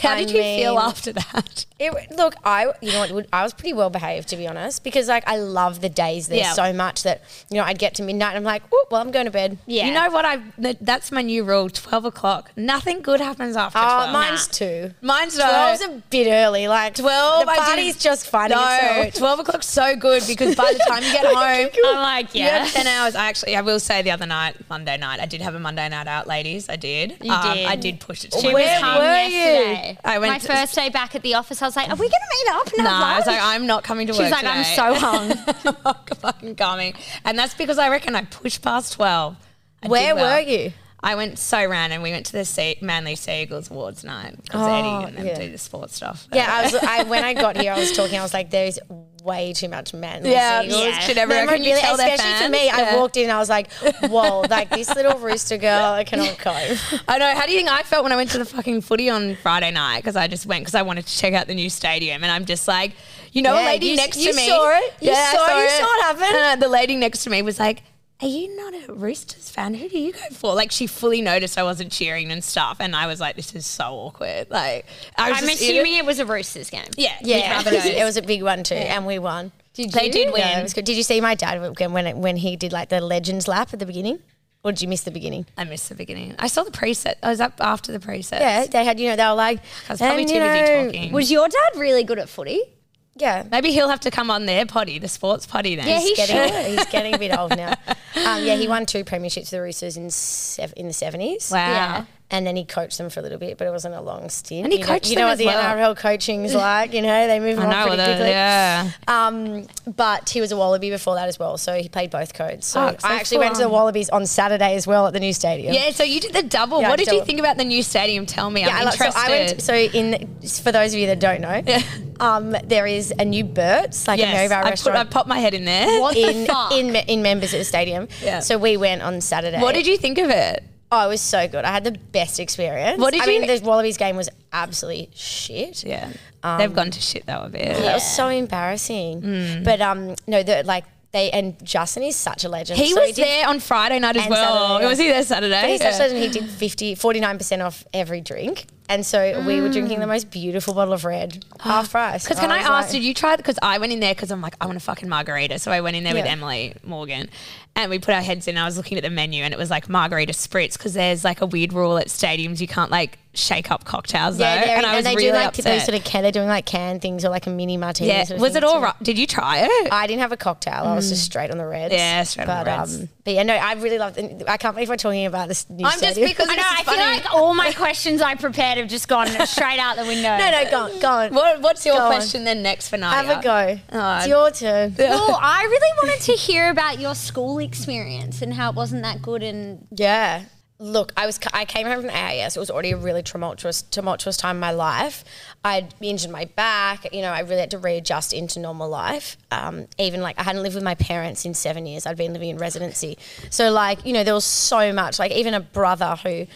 C: How
B: I
C: did you feel
B: mean-
C: after that?
B: it, look, I you know what would- I was pretty well behaved to be honest because like I love the days there
C: Yeah.
B: so much that you know I'd get to midnight and I'm like, oh well, I'm going to bed.
D: Yeah.
C: You know what? I th- that's my new rule. Twelve o'clock. Nothing good happens after
B: Uh,
C: twelve.
B: mine's two.
C: Nah. Oh, mine's no.
B: Twelve's a bit early. Like twelve, the
C: I didn't-
B: party's just finding
C: no,
B: itself.
C: twelve o'clock's so good because by the time you get home,
D: I'm like,
C: You
D: yeah.
C: have 10 hours. I actually, I will say the other night, Monday night, I did have a Monday night out, ladies. I did. You
D: did.
C: I did push it to
D: She
C: my
D: was
C: limit.
D: home yesterday.
C: I went
D: My
C: to-
D: first day back at the office, I was like, are we going to meet up and
C: No,
D: have
C: I was
D: lunch?
C: like, I'm not coming to
D: She's
C: work.
D: like, I'm
C: today.
D: so hung.
C: I'm not fucking coming. And that's because I reckon I pushed past 12. I did
B: Where
C: well.
B: were you?
C: I went so random. We went to the sea, Manly Seagulls Awards night because Eddie and them
E: yeah.
C: do the sports stuff.
B: Yeah, I was. I, when I got here, I was talking. I was like, "There's way too much men."
C: yeah.
B: Seagulls.
A: Yeah.
C: Should everyone
B: Remember,
C: can you
B: really-
C: tell their
B: especially
C: fans?
B: for me,
C: Yeah.
B: I walked in. I was like, "Whoa!" Like this little rooster girl, I cannot cope.
C: I know. How do you think I felt when I went to the fucking footy on Friday night? Because I just went because I wanted to check out the new stadium, and I'm just like, you know, a
B: Yeah,
C: lady
B: you-
C: next
B: you
C: to me.
B: saw it? You
C: Yeah, I
B: saw- you saw it happen?
C: And, uh, the lady next to me was like. Are you not a Roosters fan? Who do you go for? Like she fully noticed I wasn't cheering and stuff, and I was like, "This is so awkward." Like I was
A: I'm
C: just
A: assuming it was a Roosters game.
C: yeah,
B: Yeah,
C: you probably
B: it was a big one too, and we won. Did
C: They you? did
B: Yeah,
C: win.
B: it was good. Did you see my dad when it, when he did like the legends lap at the beginning, or did you miss the beginning?
C: I missed the beginning. I saw the preset. I was up after the preset.
B: Yeah, they had you know they were like,
C: I was probably
B: "And,
C: too
B: you
C: busy
B: know,
C: talking.
D: Was your dad really good at footy?
B: Yeah,
C: Maybe he'll have to come on their potty, the sports potty then.
D: Yeah,
B: he's
D: he
B: getting
D: should.
B: he's getting a bit old now. Um, yeah, he won two premierships for the Roosters in sev- in the seventies.
C: wow.
D: Yeah.
B: And then he coached them for a little bit, but it wasn't a long stint.
C: And he
B: you
C: coached
B: know, you
C: them
B: know
C: as
B: what the
C: well.
B: NRL coaching's like. You know, they move on
C: I know.
B: pretty
C: well,
B: quickly.
C: Yeah.
B: Um, but he was a Wallaby before that as well, so he played both codes. So,
C: Oh, so
B: I actually went to the
C: full-on.
B: Wallabies on Saturday as well at the new stadium.
C: Yeah, so you did the double.
B: Yeah,
C: what
B: I
C: did you
B: double.
C: think about the new stadium? Tell me.
B: Yeah,
C: I'm
B: I like, so
C: interested.
B: I went. So in for those of you that don't know, um, there is a new Burt's, like a
C: yes,
B: Maryborough
C: I, put, I
B: restaurant
C: popped my head in there. What,
B: in in me- in members at the stadium.
C: Yeah.
B: So we went on Saturday.
C: did you think of it?
B: Oh, it was so good. I had the best experience.
C: What did
B: I
C: you-
B: mean, the Wallabies game was absolutely shit.
C: Yeah,
B: Um,
C: they've gone to shit though a bit.
B: That was so embarrassing.
C: Mm.
B: But um, no, the, like they and Justin is such a legend.
C: He
B: So
C: was
B: did-
C: there on Friday night as
B: And
C: well.
B: Saturday, yeah.
C: Was he there Saturday?
B: He's such
C: Yeah.
B: a legend. He did 50, 49% off every drink. And so we were drinking the most beautiful bottle of red, half price.
C: Because Mm. can I,
B: was
C: ask,
B: like-
C: did you try? Because I went in there because I'm like, I want a fucking margarita. So I went in there with
B: Yeah.
C: Emily Morgan, and we put our heads in. I was looking at the menu, and it was like margarita spritz. Because there's like a weird rule at stadiums you can't like shake up cocktails
B: Yeah,
C: though.
B: they're-
C: And
B: and,
C: I was
B: they
C: really
B: do like
C: upset.
B: those sort of can. They're doing like canned things or like a mini martini.
C: yeah,
B: sort of
C: was
B: thing
C: it all
B: too.
C: right? Did you try it?
B: I didn't have a cocktail. I was just straight on the reds.
C: Mm. Yeah, straight on the reds.
B: but yeah, no, I really loved. it. I can't believe we're talking about this new.
C: I'm just
B: stadium.
C: because
D: I know.
C: this is
D: I feel
C: funny.
D: like all my questions I prepared have just gone straight out the window.
B: no, no, go on, go on.
C: What, what's your
B: Go on.
C: question then next for Nadia?
B: Have a go.
C: Oh,
B: it's your turn.
D: Well, I really wanted to hear about your school experience and how it wasn't that good. And
B: Yeah. Look, I was I came home from the AIS. It was already a really tumultuous tumultuous time in my life. I'd injured my back. You know, I really had to readjust into normal life. Um, even like I hadn't lived with my parents in seven years. I'd been living in residency, so like you know there was so much. Like even a brother who.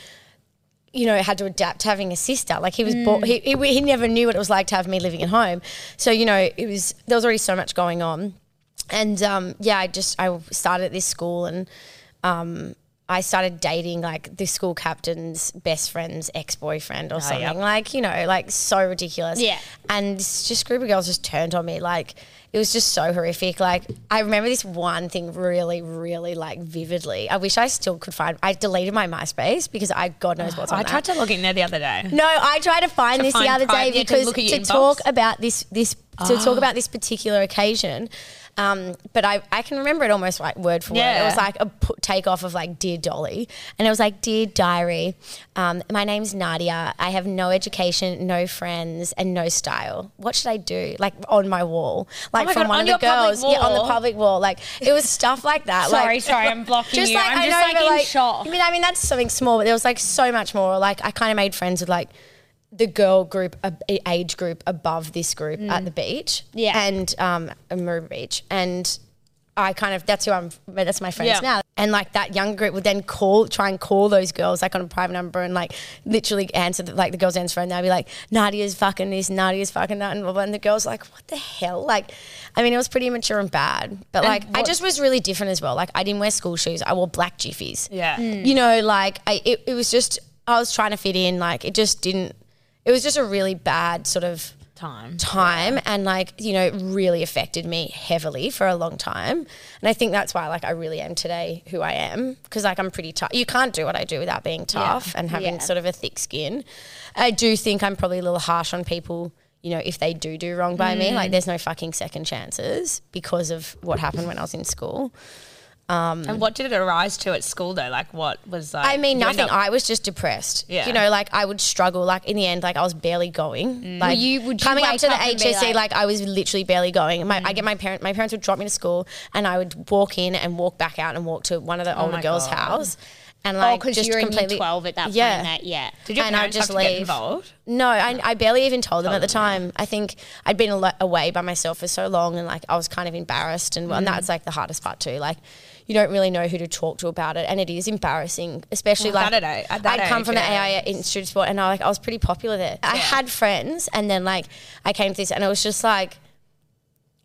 B: You know, had to adapt to having a sister. Like he was, born, he, he he never knew what it was like to have me living at home. So you know, it was there was already so much going on, and um, yeah, I just I started at this school and um, I started dating like the school captain's best friend's ex boyfriend
C: Ah,
B: or something. Like, you know, like so ridiculous.
D: Yeah.
B: And this just group of girls just turned on me. Like, it was just so horrific. Like, I remember this one thing really, really like vividly. I wish I still could find. I deleted my MySpace because I God knows what's on
C: Oh, I
B: that.
C: tried to log in there the other day.
B: No, I tried to find
C: To
B: this
C: find
B: the other
C: private-
B: day
C: yeah, to
B: because
C: look
B: to,
C: at your inbox. Ah.
B: talk about this this to talk about this particular occasion. Um, but I, I can remember it almost like word for word.
C: Yeah.
B: It was like a put, take off of like dear Dolly, and it was like dear diary. Um, my name's Nadia. I have no education, no friends, and no style. What should I do? Like on my wall, like
C: Oh my
B: from
C: God,
B: one
C: on
B: of
C: your
B: the
C: public
B: girls, yeah, on the
C: wall.
B: public wall. Like it was stuff like that.
A: Sorry,
B: like,
A: sorry, I'm blocking you. I'm just like
B: but,
A: in shock.
B: I mean, I mean that's something small, but there was like so much more. Like I kind of made friends with like the girl group, uh, age group above this group at the beach,
D: Yeah.
B: and um, at Maroon Beach, and I kind of that's who I'm. That's my friends
C: Yeah.
B: now, and like that young group would then call, try and call those girls like on a private number, and like literally answer the, like the girls answer, and they'd be like, "Nadia's fucking this, Nadia's fucking that," and, blah, blah, and the girls like, "What the hell?" Like, I mean, it was pretty immature and bad, but like I just was really different as well. Like I didn't wear school shoes, I wore black jiffies. Mm.
C: Yeah.
B: You know, like I, it, it was just I was trying to fit in. Like it just didn't. It was just a really bad sort of
C: Time.
B: time and like you know it really affected me heavily for a long time and i think that's why like i really am today who i am because like i'm pretty tough you can't do what i do without being tough and having
D: Yeah.
B: sort of a thick skin i do think i'm probably a little harsh on people you know if they do do wrong by me like there's no fucking second chances because of what happened when i was in school
C: And what did it arise to at school though? Like what was like?
B: I mean,
C: you end
B: nothing.
C: up-
B: I was just depressed.
C: Yeah.
B: You know, like I would struggle. Like in the end, like I was barely going. Like
D: you- would you
B: coming up
D: wake
B: to the
D: up and be
B: HSC, like,
D: like-
B: I was literally barely going. My, I get my parent. My parents would drop me to school, and I would walk in and walk back out and walk to one of the older
C: my
B: girls'
C: God.
B: house. and
F: Oh,
B: like
F: because
B: just
F: you were in year
B: completely
F: 12 at that point.
B: Yeah.
F: in that- yeah.
C: Did your
B: And I'd
C: parents
B: just
C: have to get
B: leave.
C: involved?
B: No, I, I barely even told them at the time. I think I'd been alo- away by myself for so long, and like I was kind of embarrassed, and,
C: Mm.
B: and that's like the hardest part too. Like you don't really know who to talk to about it, and it is embarrassing, especially
C: Well,
B: like
C: that at a- at that
B: I'd come
C: age,
B: from the
C: yeah.
B: AI Institute of Sport, and I like I was pretty popular there. I had friends, and then like I came to this, and it was just like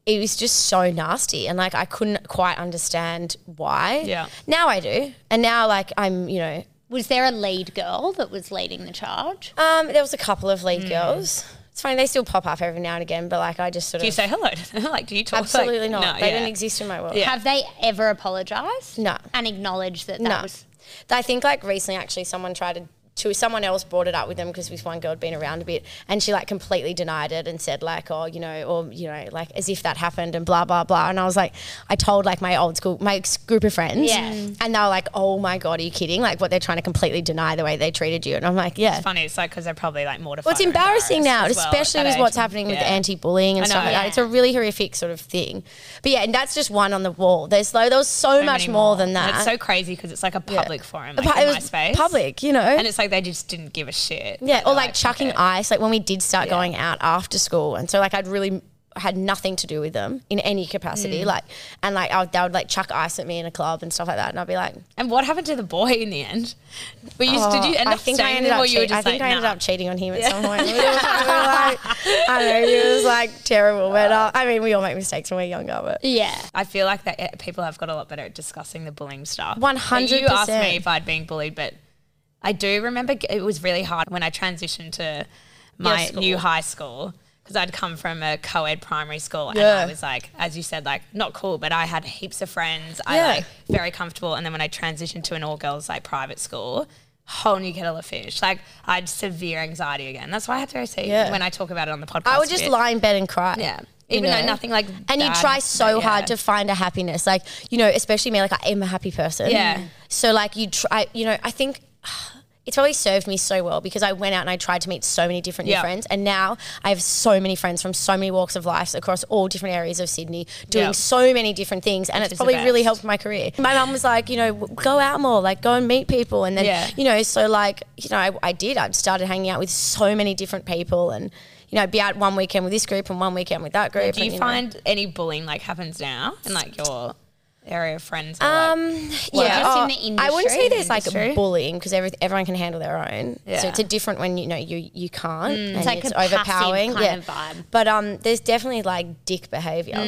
B: it was just so nasty and like I couldn't quite understand why.
C: Yeah.
B: Now I do. And now like I'm, you know,
F: Was there a lead girl that was leading the charge?
B: um there was a couple of
C: Hmm.
B: lead girls. It's funny they still pop up every now and again, but like I just sort
C: Do you
B: of
C: say hello? to them? like, do you talk? like-
B: absolutely not.
C: No,
B: they
C: yeah.
B: didn't exist in my world.
C: Yeah.
F: Have they ever apologized?
B: No.
F: And acknowledged that that
B: No.
F: was.
B: I think like recently actually someone tried to to someone else brought it up with them because this one girl had been around a bit and she like completely denied it and said like oh you know or you know like as if that happened and blah blah blah and I was like I told like my old school my ex- group of friends
F: Yeah. Mm.
B: and they were like oh my god are you kidding like what they're trying to completely deny the way they treated you and I'm like yeah
C: Funny, it's like because they're probably like mortified.
B: well, it's
C: or
B: embarrassing now,
C: embarrassed as well at
B: especially
C: that
B: with
C: age.
B: what's happening with
C: Yeah.
B: anti-bullying and
C: I
B: stuff
C: know,
B: like that.
C: yeah.
B: It's a really horrific sort of thing. But yeah, and that's just one on the wall. There's like, there was so,
C: So
B: much
C: many
B: more than
C: And
B: that.
C: it's so crazy because it's like a
B: Yeah.
C: public forum,
B: But
C: like in
B: it was
C: MySpace.
B: public, you know.
C: and it's like they just didn't give a shit.
B: Yeah,
C: They're
B: or like, chucking
C: okay.
B: ice, like when we did start going out after school, and so like I'd really had nothing to do with them in any
C: Mm.
B: capacity, like and like I would, they would like chuck ice at me in a club and stuff like that, and I'd be like,
C: And what happened to the boy in the end? Were you, did you end
B: Oh, I
C: up
B: think I
C: staying
B: ended
C: there,
B: up,
C: or you were
B: cheat- I
C: just
B: think
C: like,
B: I ended
C: nah?
B: up cheating on him at some point. We were like, I don't know, he was like terrible, but uh, I mean, we all make mistakes when we're younger, but
F: Yeah.
C: I feel like that eh, people have got a lot better at discussing the bullying stuff.
B: 100%.
C: You asked me if I'd been bullied, but I do remember g- it was really hard when I transitioned to my
B: school.
C: new high school because I'd come from a co-ed primary school
B: Yeah.
C: and I was like, as you said, like not cool, but I had heaps of friends.
B: Yeah.
C: I like very comfortable. And then when I transitioned to an all girls like private school, whole new kettle of fish. Like I had severe anxiety again. That's why I have to go see
B: Yeah.
C: when I talk about it on the podcast.
B: I would
C: a
B: just
C: bit.
B: lie in bed and cry.
C: Yeah.
B: you
C: Even though
B: know?
C: nothing like
B: and you
C: bad
B: try
C: happened,
B: so
C: but
B: hard
C: yeah.
B: to find a happiness like you know especially me like i am a happy person
C: Yeah.
B: so like you try you know i think it's probably served me so well because I went out and I tried to meet so many different new
C: Yeah.
B: friends, and now I have so many friends from so many walks of life across all different areas of Sydney, doing
C: Yeah.
B: so many different things, and
C: is
B: it's
C: the
B: probably really
C: best.
B: helped my career. My mum was like, you know, w- go out more, like go and meet people, and then
C: Yeah.
B: you know, so like you know, I, I did. I started hanging out with so many different people, and you know, I'd be out one weekend with this group and one weekend with that group.
C: Do
B: and,
C: you
B: know.
C: find any bullying like happens now in like your area of friends? Or, like,
B: Um, yeah, Oh,
F: just in the
B: I wouldn't
F: industry?
B: say there's like
C: Industry?
B: bullying because every, everyone can handle their own.
C: Yeah.
B: So it's a different when you know you you can't and
F: Mm.
B: it's,
F: like a passive
B: overpowering.
F: kind
B: yeah.
F: of vibe. Mm.
B: But um, there's definitely like dick behavior.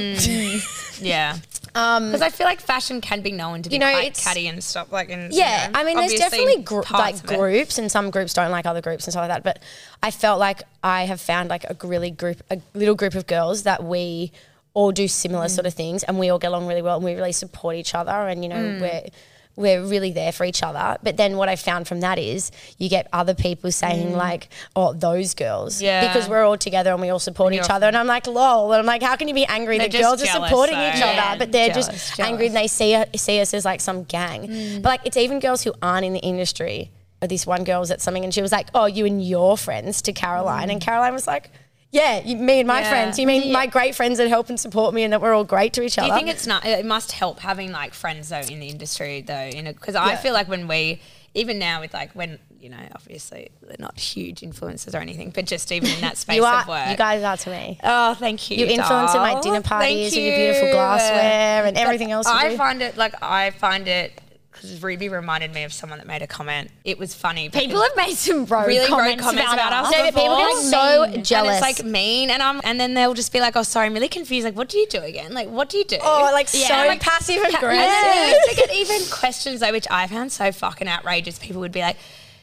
C: yeah. Because I feel like fashion can be known to be
B: um, you know,
C: quite
B: it's-
C: catty and stuff. Like, and,
B: Yeah,
C: you know,
B: I mean, there's
C: obviously
B: definitely gr-
C: parts
B: like
C: of it.
B: groups, and some groups don't like other groups and stuff like that. But I felt like I have found like a really group, a little group of girls that we all do
C: Mm.
B: similar sort of things, and we all get along really well, and we really support each other, and you know,
C: Mm.
B: we're we're really there for each other. But then what I found from that is you get other people saying like, "Oh, those girls,"
C: Mm. Yeah.
B: because we're all together and we all support each other. And I'm like, "Lol," and I'm like, "How can you be angry?
C: They're
B: the
C: just
B: girls are
C: jealous,
B: supporting
C: though.
B: each
C: Yeah.
B: other, but they're
C: Jealous,
B: just
C: jealous.
B: angry and they see see us as like some gang.
C: Mm.
B: But like it's even girls who aren't in the industry. Or this one girl was at something and she was like, "Oh, you and your friends" to Caroline, and Caroline was like. Yeah, you, me and my
C: Mm. Yeah.
B: friends. You mean my great friends that help and support me, and that we're all great to each
C: Do
B: other.
C: you think it's not? It must help having like friends though in the industry though, you know, because I feel like when we, even now with like when you know, obviously they're not huge influencers or anything, but just even in that space
B: you are,
C: of work,
B: you guys are to me.
C: Oh, thank
B: You
C: you.
B: influence in my
C: doll.
B: dinner parties
C: Thank
B: and your beautiful glassware and
C: But
B: everything else you
C: I
B: do.
C: find it like I find it because Ruby reminded me of someone that made a comment. It was funny.
F: People
C: because-
F: have made some rogue
C: Really rogue
F: comments,
C: comments
F: about,
C: about
F: us.
C: us.
B: no, but people get
C: before.
B: so
C: and
B: jealous.
C: it's like mean, and I'm, and then they'll just be like, "Oh, sorry, I'm really confused. Like, what do you do again? Like, what do you do?"
B: oh, like so
C: I'm like,
B: passive
C: and then
B: aggressive.
C: they used to get even questions though, which I found so fucking outrageous. People would be like,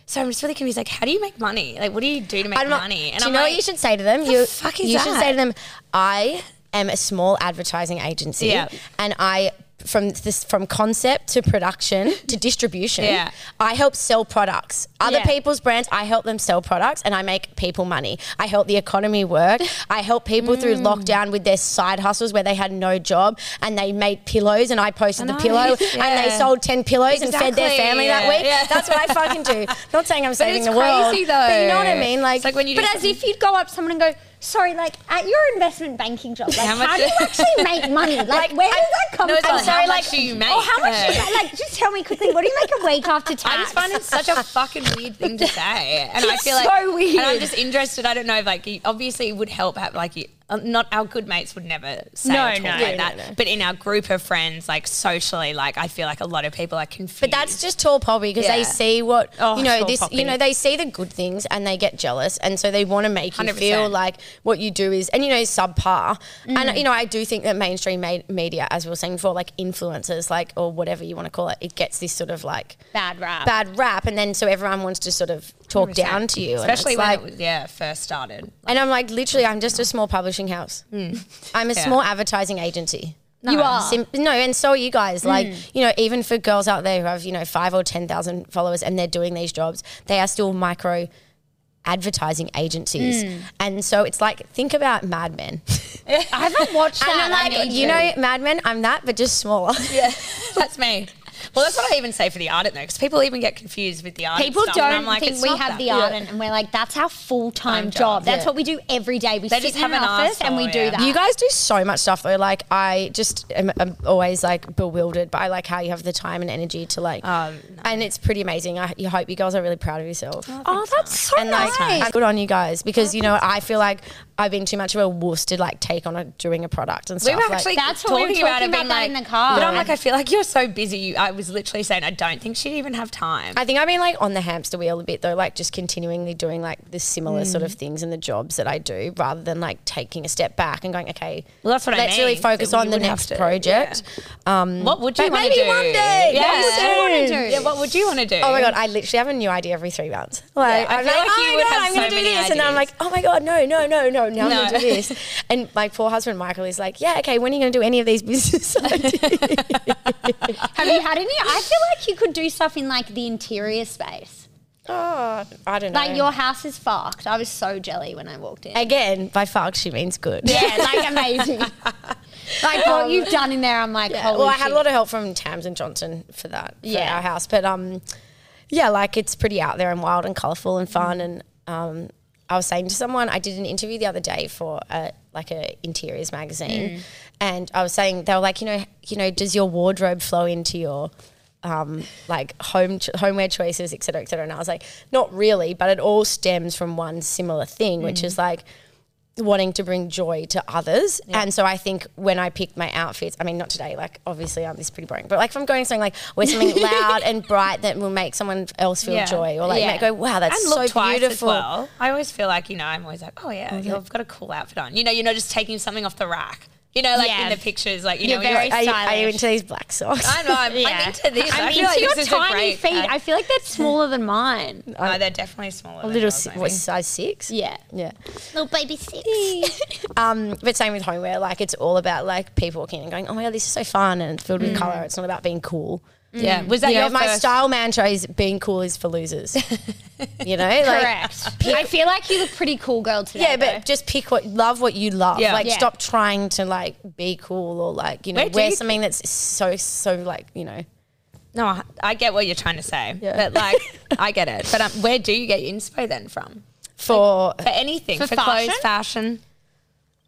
C: "So I'm just really confused. Like, how do you make money? Like, what do you do to make
B: I'm not-
C: money?"
B: do you
C: I'm
B: know
C: like,
B: what you should say to them? you
C: fuck is
B: you should
C: that?
B: say to them, I am a small advertising agency,
C: Yeah.
B: and I from this from concept to production to distribution,
C: Yeah.
B: I help sell products. Other
C: Yeah.
B: people's brands, I help them sell products, and I make people money. I help the economy work. I help people through
C: Mm.
B: lockdown with their side hustles where they had no job and they made pillows, and I posted the pillow, and they
C: Yeah.
B: sold ten pillows and fed their
C: Exactly,
B: family that
C: yeah,
B: week.
C: yeah.
B: That's what I fucking do. Not saying I'm saving
C: it's
B: the world,
C: crazy,
B: but you know what I
C: though.
B: mean. Like,
C: It's like when you do
F: But as if you'd go up to someone and go, sorry, like at your investment banking job, like
C: How
F: how,
C: much-
F: do you actually make money? Like, where does that come
C: No, it's
F: from?
C: like, how much do you make?
F: Oh, how much?
C: Yeah.
F: do you make? Like, just tell me quickly. What do you make a week after tax?
C: I just find it such a fucking weird thing to say, and I
F: It's
C: feel like
F: so weird.
C: And I'm just interested. I don't know. if, Like, you- obviously, it would help. Have like, you, uh, not our good mates would never say
D: No,
C: or talk
D: no.
C: like
D: Yeah, no,
C: that. But in our group of friends, like socially, like I feel like a lot of people are confused.
B: But that's just tall poppy because they
C: Yeah.
B: see what
C: Oh,
B: you know.
C: tall
B: This
C: poppy.
B: you know they see the good things and they get jealous, and so they want to make you
C: 100%.
B: feel like what you do is and you know is subpar.
C: Mm.
B: And you know I do think that mainstream ma- media, as we were saying before, like influencers, like or whatever you want to call it, it gets this sort of like
F: bad rap.
B: bad rap, and then so everyone wants to sort of talk down to you, and
C: especially
B: it's
C: when
B: like,
C: it was, yeah first started.
B: and I'm like literally, I'm just a small publishing house. I'm a small advertising agency.
F: Hmm. You are. Hmm.
B: Sim- no, and so are you guys. Like, you know, even for girls out there who have, you know, five or 10,000 followers and they're doing these jobs, they are still micro advertising agencies.
F: Hmm.
B: And so it's like, think about Mad Men.
F: I haven't watched
B: And
F: that.
B: I'm
F: I
B: like,
F: need
B: you
F: to.
B: know, Mad Men, I'm that, but just smaller.
C: That's me. Well, that's what I even say for the ardent though, because people even get confused with the ardent.
F: People
C: stuff, and
F: don't
C: I'm like,
F: think
C: it's
F: we
C: not
F: have
C: that.
F: the ardent, and we're like, that's our full time job. That's what we do every day. We sit
C: just
F: in
C: have
F: an,
C: an
F: office Oh, and we
C: arsehole,
F: do
C: yeah.
F: that.
B: You guys do so much stuff though. Like I just am, am always like bewildered by like how you have the time and energy to like, and it's pretty amazing. I you hope you girls are really proud of yourself.
F: oh, that's so
B: and like, I'm good on you guys because you know I feel like I've been too much of a wuss to like take on a, doing a product and
C: We
B: stuff.
C: were
B: like-
C: actually
F: That's what
C: talking,
F: we were
C: about, it,
F: talking
C: being
F: about that
C: like,
F: in the car.
C: But I'm like, I feel like you're so busy. You, I was literally saying, I don't think she'd even have time.
B: I think I've been like on the hamster wheel a bit though, like just continually doing like the similar sort of things in the jobs that I do, rather than like taking a step back and going, okay,
C: Well, that's what I
B: let's really
C: mean,
B: focus
C: that
B: on
C: you
B: the
C: would have
B: next
C: to-
B: project.
C: what would you
B: but
C: want to
B: maybe
C: do?
B: one day.
C: Yeah.
B: Maybe
C: What would you
B: soon.
C: wanna do? Yeah, what would you want to do?
B: Oh my god, I literally have a new idea every three months. Like
C: I
B: I'm
C: feel
B: like,
C: like
B: oh
C: you
B: my
C: would
B: god,
C: have
B: I'm gonna
C: so
B: do
C: many
B: this, and I'm
C: ideas.
B: like, oh my god, no, no, no, no, now
C: No.
B: I'm gonna do this. And my poor husband Michael is like, yeah, okay, when are you gonna do any of these business ideas?
F: Have you had any? I feel like you could do stuff in like the interior space.
B: oh, I don't know.
F: Like your house is fucked. I was so jelly when I walked in.
B: Again, by fuck, she means good.
F: Yeah, like amazing. like what you've done in there, I'm like,
B: Yeah,
F: holy
B: well, I had
F: shit.
B: a lot of help from Tams and Johnson for that for
F: Oh, Yeah.
B: our house, but um, yeah, like it's pretty out there and wild and colourful and fun. And um, I was saying to someone, I did an interview the other day for a like a interiors magazine,
F: Mm.
B: and I was saying they were like, you know, you know, does your wardrobe flow into your um, like home ch- homeware choices, et cetera, et cetera. And I was like, not really, but it all stems from one similar thing,
C: Mm.
B: which is like wanting to bring joy to others. And so I think when I picked my outfits, I mean, not today, like obviously I'm this is pretty boring, but like if I'm going something like wear something loud and bright that will make someone else feel
C: Yeah.
B: joy or like
F: Yeah.
B: make go, wow, that's
C: and
B: so
C: look twice
B: beautiful.
C: as well. I always feel like you know I'm always like, oh yeah, you've got a cool outfit on. You know, you're not just taking something off the rack. You know, like
F: Yeah.
C: in the pictures, like you
F: You're
C: know,
F: very
C: you're like,
B: Are you, are you
F: stylish.
B: into these black socks?
C: I know, I'm, I'm into this. I,
D: I'm
C: feel like
D: into
C: this
D: your
C: is a
D: tiny
C: great. uh,
D: feet. I feel like they're smaller than mine.
C: No, they're definitely smaller.
B: A
C: than
B: little,
C: yours,
B: si-
C: I
B: what,
C: think.
B: size six?
F: Yeah.
B: Yeah.
F: Little baby six.
B: Um, but same with homeware, like it's all about like people walking in and going, oh my God, this is so fun and it's filled with color. It's not about being cool.
C: Mm. Yeah, was that
B: you know,
C: your
B: my
C: first?
B: style mantra is being cool is for losers. you know, like
F: Correct. I feel like you look pretty cool, girl, today.
B: yeah,
F: though.
B: but just pick what love what you love.
C: Yeah.
B: Like
C: Yeah.
B: stop trying to like be cool or like you know
C: Where do
B: wear
C: you-
B: something that's so so like you know.
C: No, I- I get what you're trying to say, but like, I get it. But um, where do you get your inspo then from?
B: For
C: For anything, for, clothes, fashion.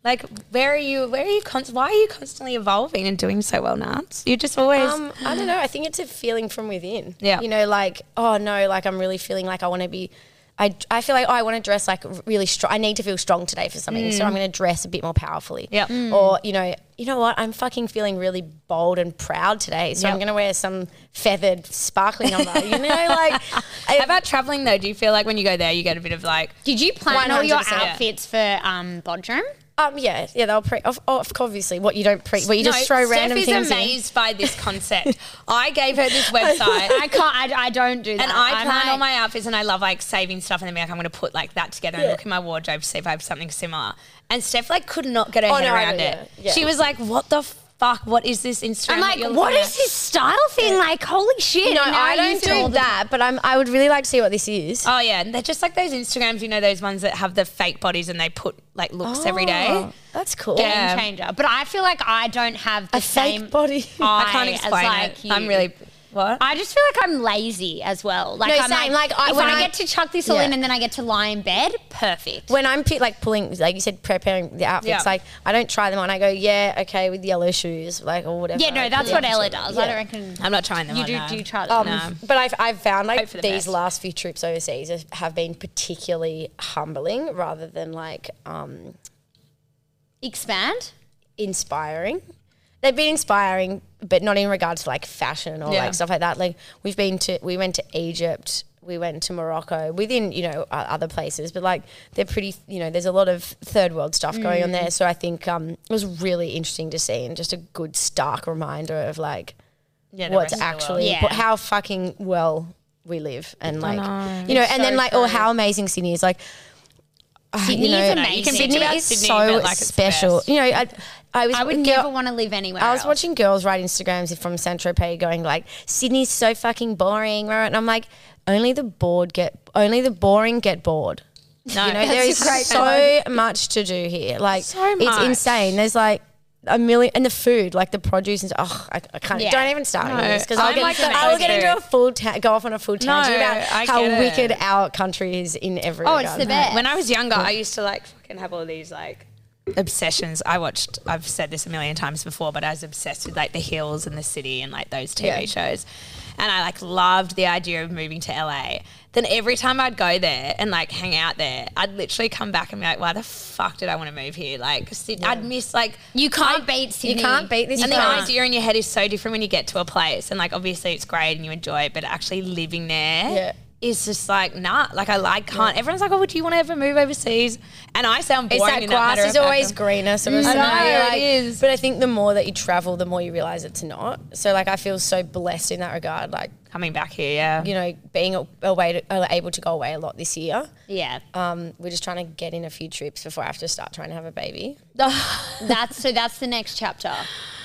C: Like, where are you? Where are you? Const- why are you constantly evolving and doing so well, Nance? You're just always.
B: um, I don't know. I think it's a feeling from within.
C: Yeah.
B: You know, like oh no, like I'm really feeling like I want to be. I, I feel like oh, I want to dress like really strong. I need to feel strong today for something, so
C: Mm.
B: I'm going to dress a bit more powerfully.
C: Yep. Mm.
B: Or you know, you know what? I'm fucking feeling really bold and proud today, so I'm
C: Yep.
B: going to wear some feathered sparkling umbrella. you know, like
C: How about traveling though? Do you feel like when you go there, you get a bit of like?
F: Did you plan all your
B: 100%.
F: outfits for um, Bodrum?
B: Um, yeah, yeah, they'll pre. Of, of obviously, what you don't pre, what you just throw
C: Steph
B: random
C: is
B: things in.
C: amazed by this concept. I gave her this website.
F: I can't. I, I don't do that.
C: And I
F: I'm
C: plan all
F: like-
C: my outfits, and I love like saving stuff, and then being like, I'm going to put like that together and look in my wardrobe to see if I have something similar. And Steph like could not get her
B: Oh,
C: head
B: no, I
C: around
B: know,
C: it.
B: yeah, yeah.
C: She was like, "What the fuck? What is this Instagram?"
F: I'm
C: that
F: like,
C: you're
F: what
C: looking
F: is
C: at?"
F: this style thing? Like, holy shit!
B: No,
F: and now
B: I
F: use it
B: don't
F: all
B: do
F: the
B: that, but I'm. I would really like to see what this is.
C: Oh yeah, and they're just like those Instagrams, you know, those ones that have the fake bodies and they put like looks every day.
B: Oh, that's cool.
C: Yeah.
F: Game changer. But I feel like I don't have the
B: A
F: same
B: fake body.
C: I can't
F: eye as,
C: explain
F: like,
C: it.
F: you.
C: I'm really What?
D: I just feel like I'm lazy as well. Like
B: No,
D: I'm
B: same.
D: like,
B: Like, I-
D: if
B: when
D: I,
B: I-
D: get to chuck this all
B: Yeah.
D: in and then I get to lie in bed, perfect.
B: when I'm pe- like pulling, like you said, preparing the outfits,
C: Yeah.
B: like I don't try them on. I go, yeah, okay, with yellow shoes, like or whatever.
D: yeah, no, that's what Ella does. I
B: Yeah.
D: don't reckon
C: I'm not trying them.
D: you
C: on,
D: do.
C: no.
D: Do you try them?
B: Um,
C: No.
B: But I've, I've found like
C: Hope for the
B: these
C: best.
B: last few trips overseas have- have been particularly humbling rather than like um,
D: Expand.
B: inspiring. They've been inspiring, but not in regards to like fashion or
C: Yeah.
B: like stuff like that. Like we've been to, we went to Egypt, we went to Morocco, within you know o- other places, but like they're pretty, you know, there's a lot of third world stuff going on there. So I think um, it was really interesting to see and just a good stark reminder of like
C: Yeah, the
B: what's
C: rest of the world.
B: actually
D: Yeah.
B: but how fucking well we live and like you know and then like oh how amazing Sydney is like ah,
D: Sydney
B: you know,
D: is amazing. You can bitch
B: Sydney
C: about
B: is
C: Sydney,
B: so
C: but, like, it's the
B: special
C: best.
B: you know I, I was
D: I would
B: girl-
D: never want to live anywhere.
B: I was
D: else.
B: watching girls write Instagrams from Saint Tropez going like Sydney's so fucking boring right? and I'm like only the bored get only the boring get bored
C: No,
B: you know, there is so much to do here. Like, it's
C: much.
B: insane. There's like a million, and the food, like the produce, and s- oh, I, I can't.
D: Yeah.
B: Don't even start on this because I'll
C: I'm
B: get,
C: like that
B: I'll get
C: too.
B: into a full ta- go off on a full tangent about
C: I
B: how
C: get it.
B: wicked our country is in every.
D: Oh, it's the best.
C: When I was younger, I used to like fucking have all these like obsessions. I watched, I've said this a million times before, but I was obsessed with like the hills and the city and like those TV shows. And I like loved the idea of moving to LA. Then every time I'd go there and like hang out there, I'd literally come back and be like, why the fuck did I want to move here? Like, Syd- I'd miss like.
D: you can't beat Sydney.
B: You can't beat this.
C: and the
B: place.
C: idea in your head is so different when you get to a place, and like obviously it's great and you enjoy it, but actually living there is
B: Yeah.
C: just like nah. Like I like can't. Everyone's like, oh, do you want to ever move overseas? And I sound boring.
B: It's that
C: in
B: grass
C: that
B: is always greener. So it's
C: I know,
B: not,
C: it
B: like-
C: is.
B: But I think the more that you travel, the more you realize it's not. So like, I feel so blessed in that regard. Like,
C: coming back here. Yeah,
B: you know, being a- away, to, uh, able to go away a lot this year.
D: Yeah,
B: Um, we're just trying to get in a few trips before I have to start trying to have a baby.
D: that's so. That's the next chapter.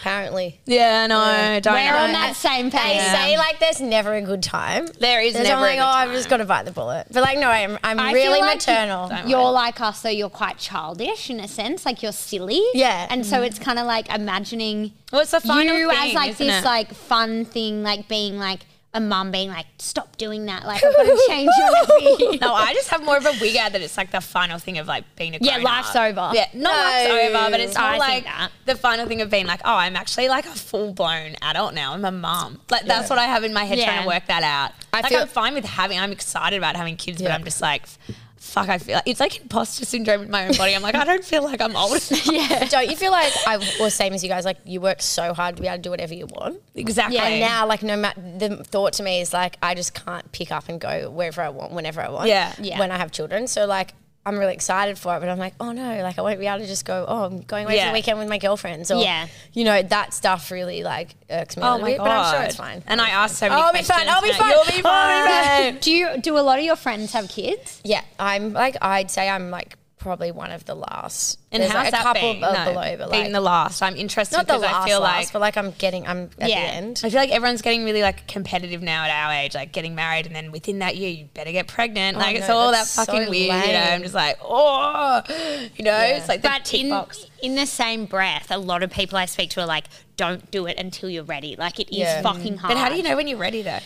B: Apparently.
C: yeah, no, don't.
D: We're on
C: know.
D: that same page.
B: They say like there's never a good time.
C: There is
B: There's
C: never.
B: I'm like,
C: a
B: oh,
C: good
B: I've
C: time.
B: just got to bite the bullet. But like, no, I'm, I'm
D: I feel
B: really
D: like
B: maternal.
D: you- You're like us, though. You're quite childish in a sense. Like you're silly.
B: Yeah.
D: And so it's kind of like imagining
C: Well, it's the final
D: you
C: thing,
D: as like
C: isn't
D: this
C: it?
D: like fun thing, like being like a mum, being like, stop doing that. Like I've got to change your routine."
C: no, I just have more of a wig out that it's like the final thing of like being a
D: Yeah,
C: grown
D: life's
C: up.
D: over.
C: Yeah, not life's
B: No.
C: over, but it's more
D: I think
C: like
D: that.
C: the final thing of being like, oh, I'm actually like a full blown adult now. I'm a mum. Like that's what I have in my head trying
D: Yeah.
C: to work that out.
B: I
C: like
B: feel-
C: I'm fine with having. I'm excited about having kids, but
B: Yeah.
C: I'm just like. f- Fuck, I feel like it's like imposter syndrome in my own body. I'm like, I don't feel like I'm old.
B: Don't you feel like I was same as you guys? Like you work so hard to be able to do whatever you want.
C: exactly.
B: And now, like, no matter the thought to me is like, I just can't pick up and go wherever I want, whenever I want.
C: Yeah. Yeah.
B: When I have children, so like. I'm really excited for it, but I'm like, oh no, like I won't be able to just go. Oh, I'm going away for
C: Yeah.
B: the weekend with my girlfriends, or
D: Yeah.
B: you know that stuff really like irks me a
C: oh
B: little
C: my
B: bit.
C: god.
B: But I'm sure it's fine.
C: And I asked so many
B: I'll be
C: questions.
B: fine. I'll be
C: and
B: fine.
C: You'll be fine.
D: Do you do a lot of your friends have kids?
B: Yeah, I'm like I'd say I'm like probably one of the last.
C: And
B: There's,
C: how's
B: like, a
C: that
B: couple
C: been?
B: of
C: No,
B: below, but
C: being
B: like
C: the last. I'm interested
B: not the
C: because
B: last,
C: I feel
B: last,
C: like
B: but like I'm getting I'm at
D: Yeah.
B: the end.
C: I feel like everyone's getting really like competitive now at our age, like getting married, and then within that year, you better get pregnant. like it's
B: no,
C: all
B: Oh,
C: that
B: that's
C: fucking
B: so
C: weird. You know,
B: lame.
C: I'm just like, oh, you know, it's like the
G: But
C: tick
G: in,
C: box.
G: in the same breath, a lot of people I speak to are like, don't do it until you're ready. Like, it is
B: Yeah.
G: fucking hard.
C: But how do you know when you're ready though?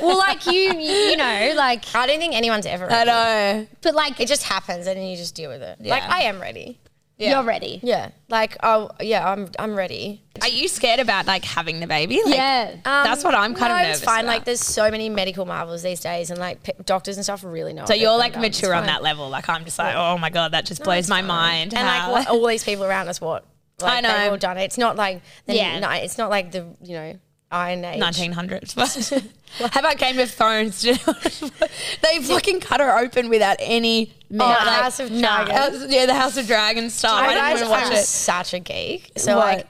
D: Well, like you, you you know, like
B: I don't think anyone's ever. Ready. uh,
C: know.
D: but like
B: It just happens, and then you just deal with it. Like
C: Yeah.
B: I am ready.
D: you're ready.
B: Yeah, like oh yeah, I'm I'm ready.
C: Are you scared about like having the baby? Like,
D: Yeah.
C: that's what I'm kind
B: Um, no,
C: of nervous.
B: it's fine.
C: about.
B: Like there's so many medical marvels these days, and like p- doctors and stuff really know.
C: so you're like mature on that level. Like I'm just like, oh my god, that just blows my mind.
B: and like
C: How-
B: what, all these people around us, what like,
C: I know.
B: they've all done it. It's not like the,
D: Yeah.
B: yeah, it's not like the you know Iron Age.
C: 1900s. How about Game of Thrones? they fucking cut her open without any.
B: Oh,
C: like-
B: House of Dragon.
C: House- yeah, the House of Dragons style. I
B: I
C: didn't
B: guys,
C: even watch
B: I'm
C: it.
B: such a geek. So
C: What?
B: like,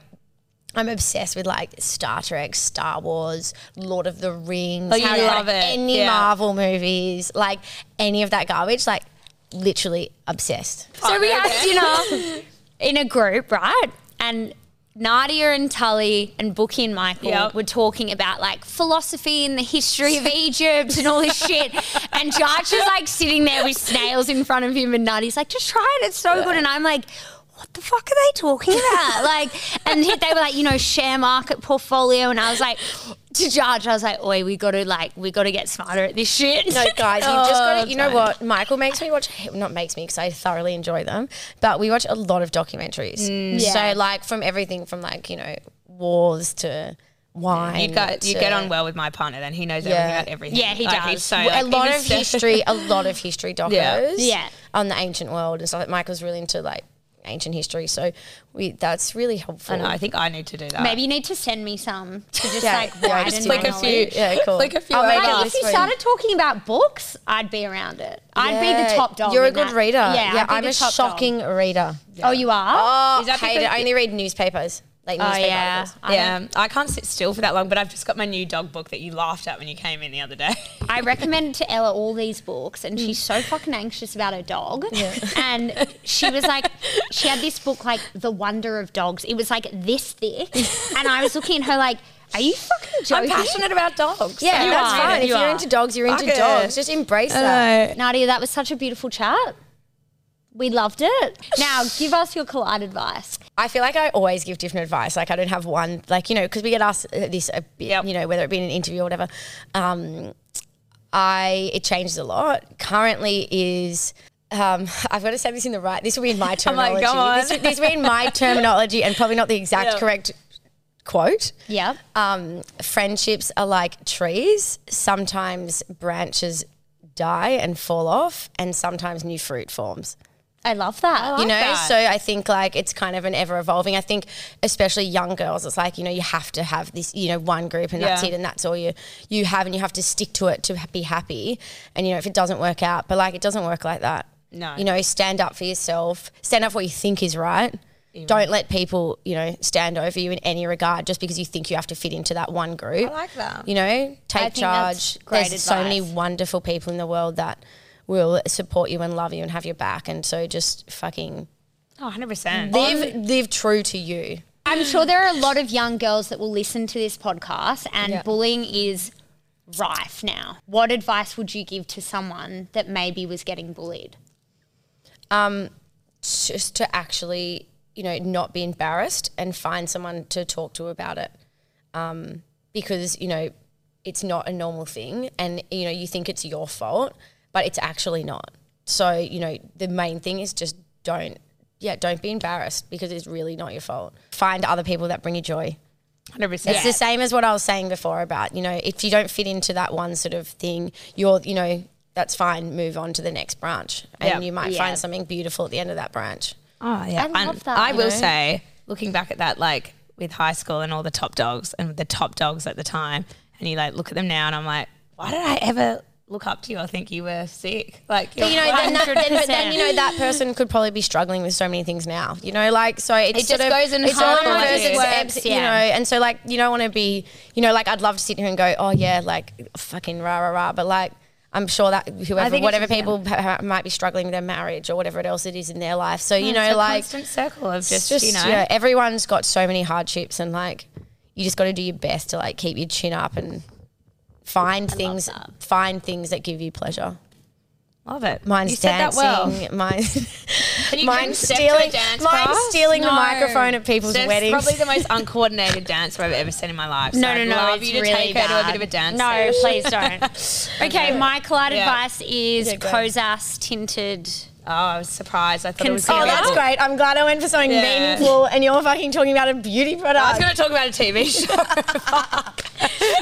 B: I'm obsessed with like Star Trek, Star Wars, Lord of the Rings.
C: Oh, you
B: Harry
C: love
B: Potter,
C: it.
B: Any
C: Yeah.
B: Marvel movies, like any of that garbage, like literally obsessed.
D: So we had dinner in a group, right? And Nadia and Tully and Bookie and Michael
C: Yep.
D: were talking about like philosophy and the history of Egypt and all this shit. And Josh is like sitting there with snails in front of him, and Nadia's like, just try it, it's so good. And I'm like, what the fuck are they talking about? Like, and he- they were like, you know, share market portfolio. And I was like, to Jarj, I was like, "Oi, we got to like, we got to get smarter at this shit."
B: No, guys, you
C: Oh,
B: just got to. You know what? Michael makes me watch. Not makes me because I thoroughly enjoy them, but we watch a lot of documentaries.
C: Mm.
B: So like from everything from like you know wars to wine.
C: You got you
B: to-
C: get on well with my partner. Then he knows
B: Yeah.
C: everything about everything.
D: Yeah, he
C: Like,
D: does.
C: He's so
B: a
C: like,
B: lot
C: even
B: of
C: Steph-
B: history, a lot of history docos
C: Yeah.
D: Yeah.
B: on the ancient world and stuff. Like Michael's really into like ancient history, so we that's really helpful.
C: I know. I think I need to do that.
D: Maybe you need to send me some to just
B: Yeah,
D: like
B: yeah,
D: widen
B: just
D: my
B: flick a
D: knowledge.
B: few. Yeah, cool.
C: Flick a few
B: I'll make
C: over.
B: a
D: Like,
B: list
D: if you
B: for
D: started talking about books, I'd be around it. I'd be the
B: Yeah,
D: top dog.
B: You're a
D: in
B: good
D: that.
B: reader. Yeah,
D: I'd be
B: I'm
D: the
B: a
D: top dog.
B: shocking reader.
D: Oh, you are. Oh,
B: Oh,
C: Is that
B: hate it.
C: because-
B: I only read newspapers. Like newspaper
D: yeah.
B: articles.
C: Yeah, I can't sit still for that long. But I've just got my new dog book that you laughed at when you came in the other day.
D: I recommended to Ella all these books, and she's
B: Mm.
D: so fucking anxious about her dog. And she was like, she had this book like The Wonder of Dogs. It was like this thick, and I was looking at her like, Are you fucking joking?
C: about dogs.
B: Yeah,
D: You
B: that's
D: are.
B: fine. if
D: You
B: you're
D: are.
B: into dogs, you're into
C: Fuck it.
B: dogs. Just embrace that.
D: Nadia, that was such a beautiful chat. We loved it. Now, give us your collide advice.
B: I feel like I always give different advice. Like I don't have one. Like you know, because we get asked uh, this, a bit,
C: Yep.
B: you know, whether it be in an interview or whatever. Um, I it changes a lot. Currently is. Um, I've got to say this in the right. This will be in my
C: like,
B: terminology.
C: go on.
B: This, this will be in my terminology, and probably not the exact correct quote.
D: Yeah.
B: um, friendships are like trees. Sometimes branches die and fall off, and sometimes new fruit forms.
D: I love that.
B: you know, so I think like it's kind of an ever evolving. I think, especially young girls, it's like you know you have to have this you know one group and that's
C: Yeah.
B: it, and that's all you you have, and you have to stick to it to ha- be happy. And you know if it doesn't work out, but like it doesn't work like that.
C: No.
B: you know, stand up for yourself. Stand up for what you think is right. Don't let people, you know, stand over you in any regard just because you think you have to fit into that one group.
C: I like that.
B: You know, take
D: Um, think that's
B: charge.
D: great
B: There's so many
D: advice.
B: wonderful people in the world that will support you and love you and have your back. And so just fucking
C: Oh, 100 percent.
B: live live true to you.
D: I'm sure there are a lot of young girls that will listen to this podcast, and bullying is rife now. What advice would you give to someone that maybe was getting bullied?
B: Just to actually, you know, not be embarrassed and find someone to talk to about it. Um, because, you know, it's not a normal thing and you know, you think it's your fault, but it's actually not. So, you know, the main thing is just don't yeah, don't be embarrassed because it's really not your fault. Find other people that bring you joy.
C: 100.
B: It's the
C: percent
B: same as what I was saying before about, you know, if you don't fit into that one sort of thing, you're, you know, that's fine, move on to the next branch. And
C: Yeah.
B: you might find something beautiful at the end of that branch.
C: Oh yeah.
D: I love
C: And
D: that,
C: I
D: you
C: will
D: know?
C: say, looking back at that, like with high school and all the top dogs and the top dogs at the time, and you like look at them now, and I'm like, why did I ever look up to you or think you were sick? Like,
B: But, you know, then, that, then, but then, you know, that person could probably be struggling with so many things now, you know, like, so it's
D: It
B: sort
D: just
B: of-
D: goes in
B: it's all
D: harmony.
B: reverse,
D: It
B: it's
D: works,
B: ebbs, you
D: yeah.
B: know, and so like, you don't want to be, you know, like I'd love to sit here and go, oh yeah, like fucking rah, rah, rah, but like, I'm sure that whoever,
C: think it's
B: whatever
C: just-
B: people ha- might be struggling with their marriage or whatever else it is in their life. So, you know,
C: it's a
B: like,
C: constant circle of
B: it's
C: just,
B: just
C: you know,
B: yeah, everyone's got so many hardships and like you just got to do your best to like keep your chin up and find things find things that give you pleasure
C: love it.
B: mine's
C: you said that
B: dancing
C: well.
B: mine
C: Can you bring
B: mine's
C: Steph to a
B: stealing
C: dance
B: mine's
C: class?
B: stealing the
C: No.
B: microphone at people's
C: Steph's
B: weddings
C: probably the most uncoordinated dancer I've ever seen in my life. So
D: No, no,
C: I'd
D: no,
C: Love
D: it's
C: you to
D: really
C: take her to a bit
D: bad.
C: of a dance.
D: No,
C: session.
D: please don't. okay, my collide
C: Yeah.
D: advice is
B: go.
D: Kozas tinted.
C: Oh, I was surprised. I thought it was.
D: Consider-
B: oh
C: gonna be-
B: that's great i'm glad i went for something
C: Yeah.
B: meaningful and you're fucking talking about a beauty product
C: I was going to talk about a TV show.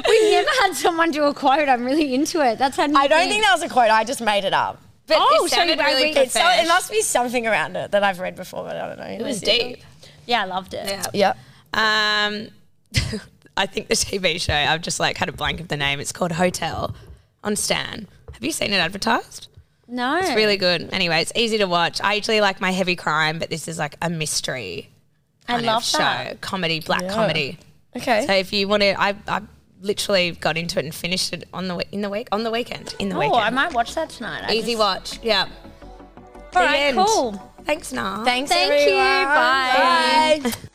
D: We've never had someone do a quote. I'm really into it. That's how
B: i don't think that was a quote i just made it up
C: But
D: Oh,
C: it
D: so
C: sounded
D: you- I
C: really
D: read-
B: so it must be something around it that i've read before but i don't know
C: It was deep.
D: Yeah, I loved it.
B: yep
C: Um, I think the TV show I've just like had a blank of the name. It's called Hotel on Stan. Have you seen it advertised?
D: No.
C: It's really good. Anyway, it's easy to watch. I usually like my heavy crime, but this is like a mystery
D: I
C: kind
D: love
C: of show,
D: that. Eh?
C: comedy, black comedy.
B: okay
C: So if you want to, I, I literally got into it and finished it on the we- in the week on the weekend in the
D: Oh,
C: weekend.
D: I might watch that tonight. I
C: easy
D: just-
C: watch. Yeah.
D: All
C: The
D: right,
C: end.
D: cool.
C: Thanks, Nah.
B: thanks
D: Thank you.
B: everyone.
D: Bye.
B: Bye.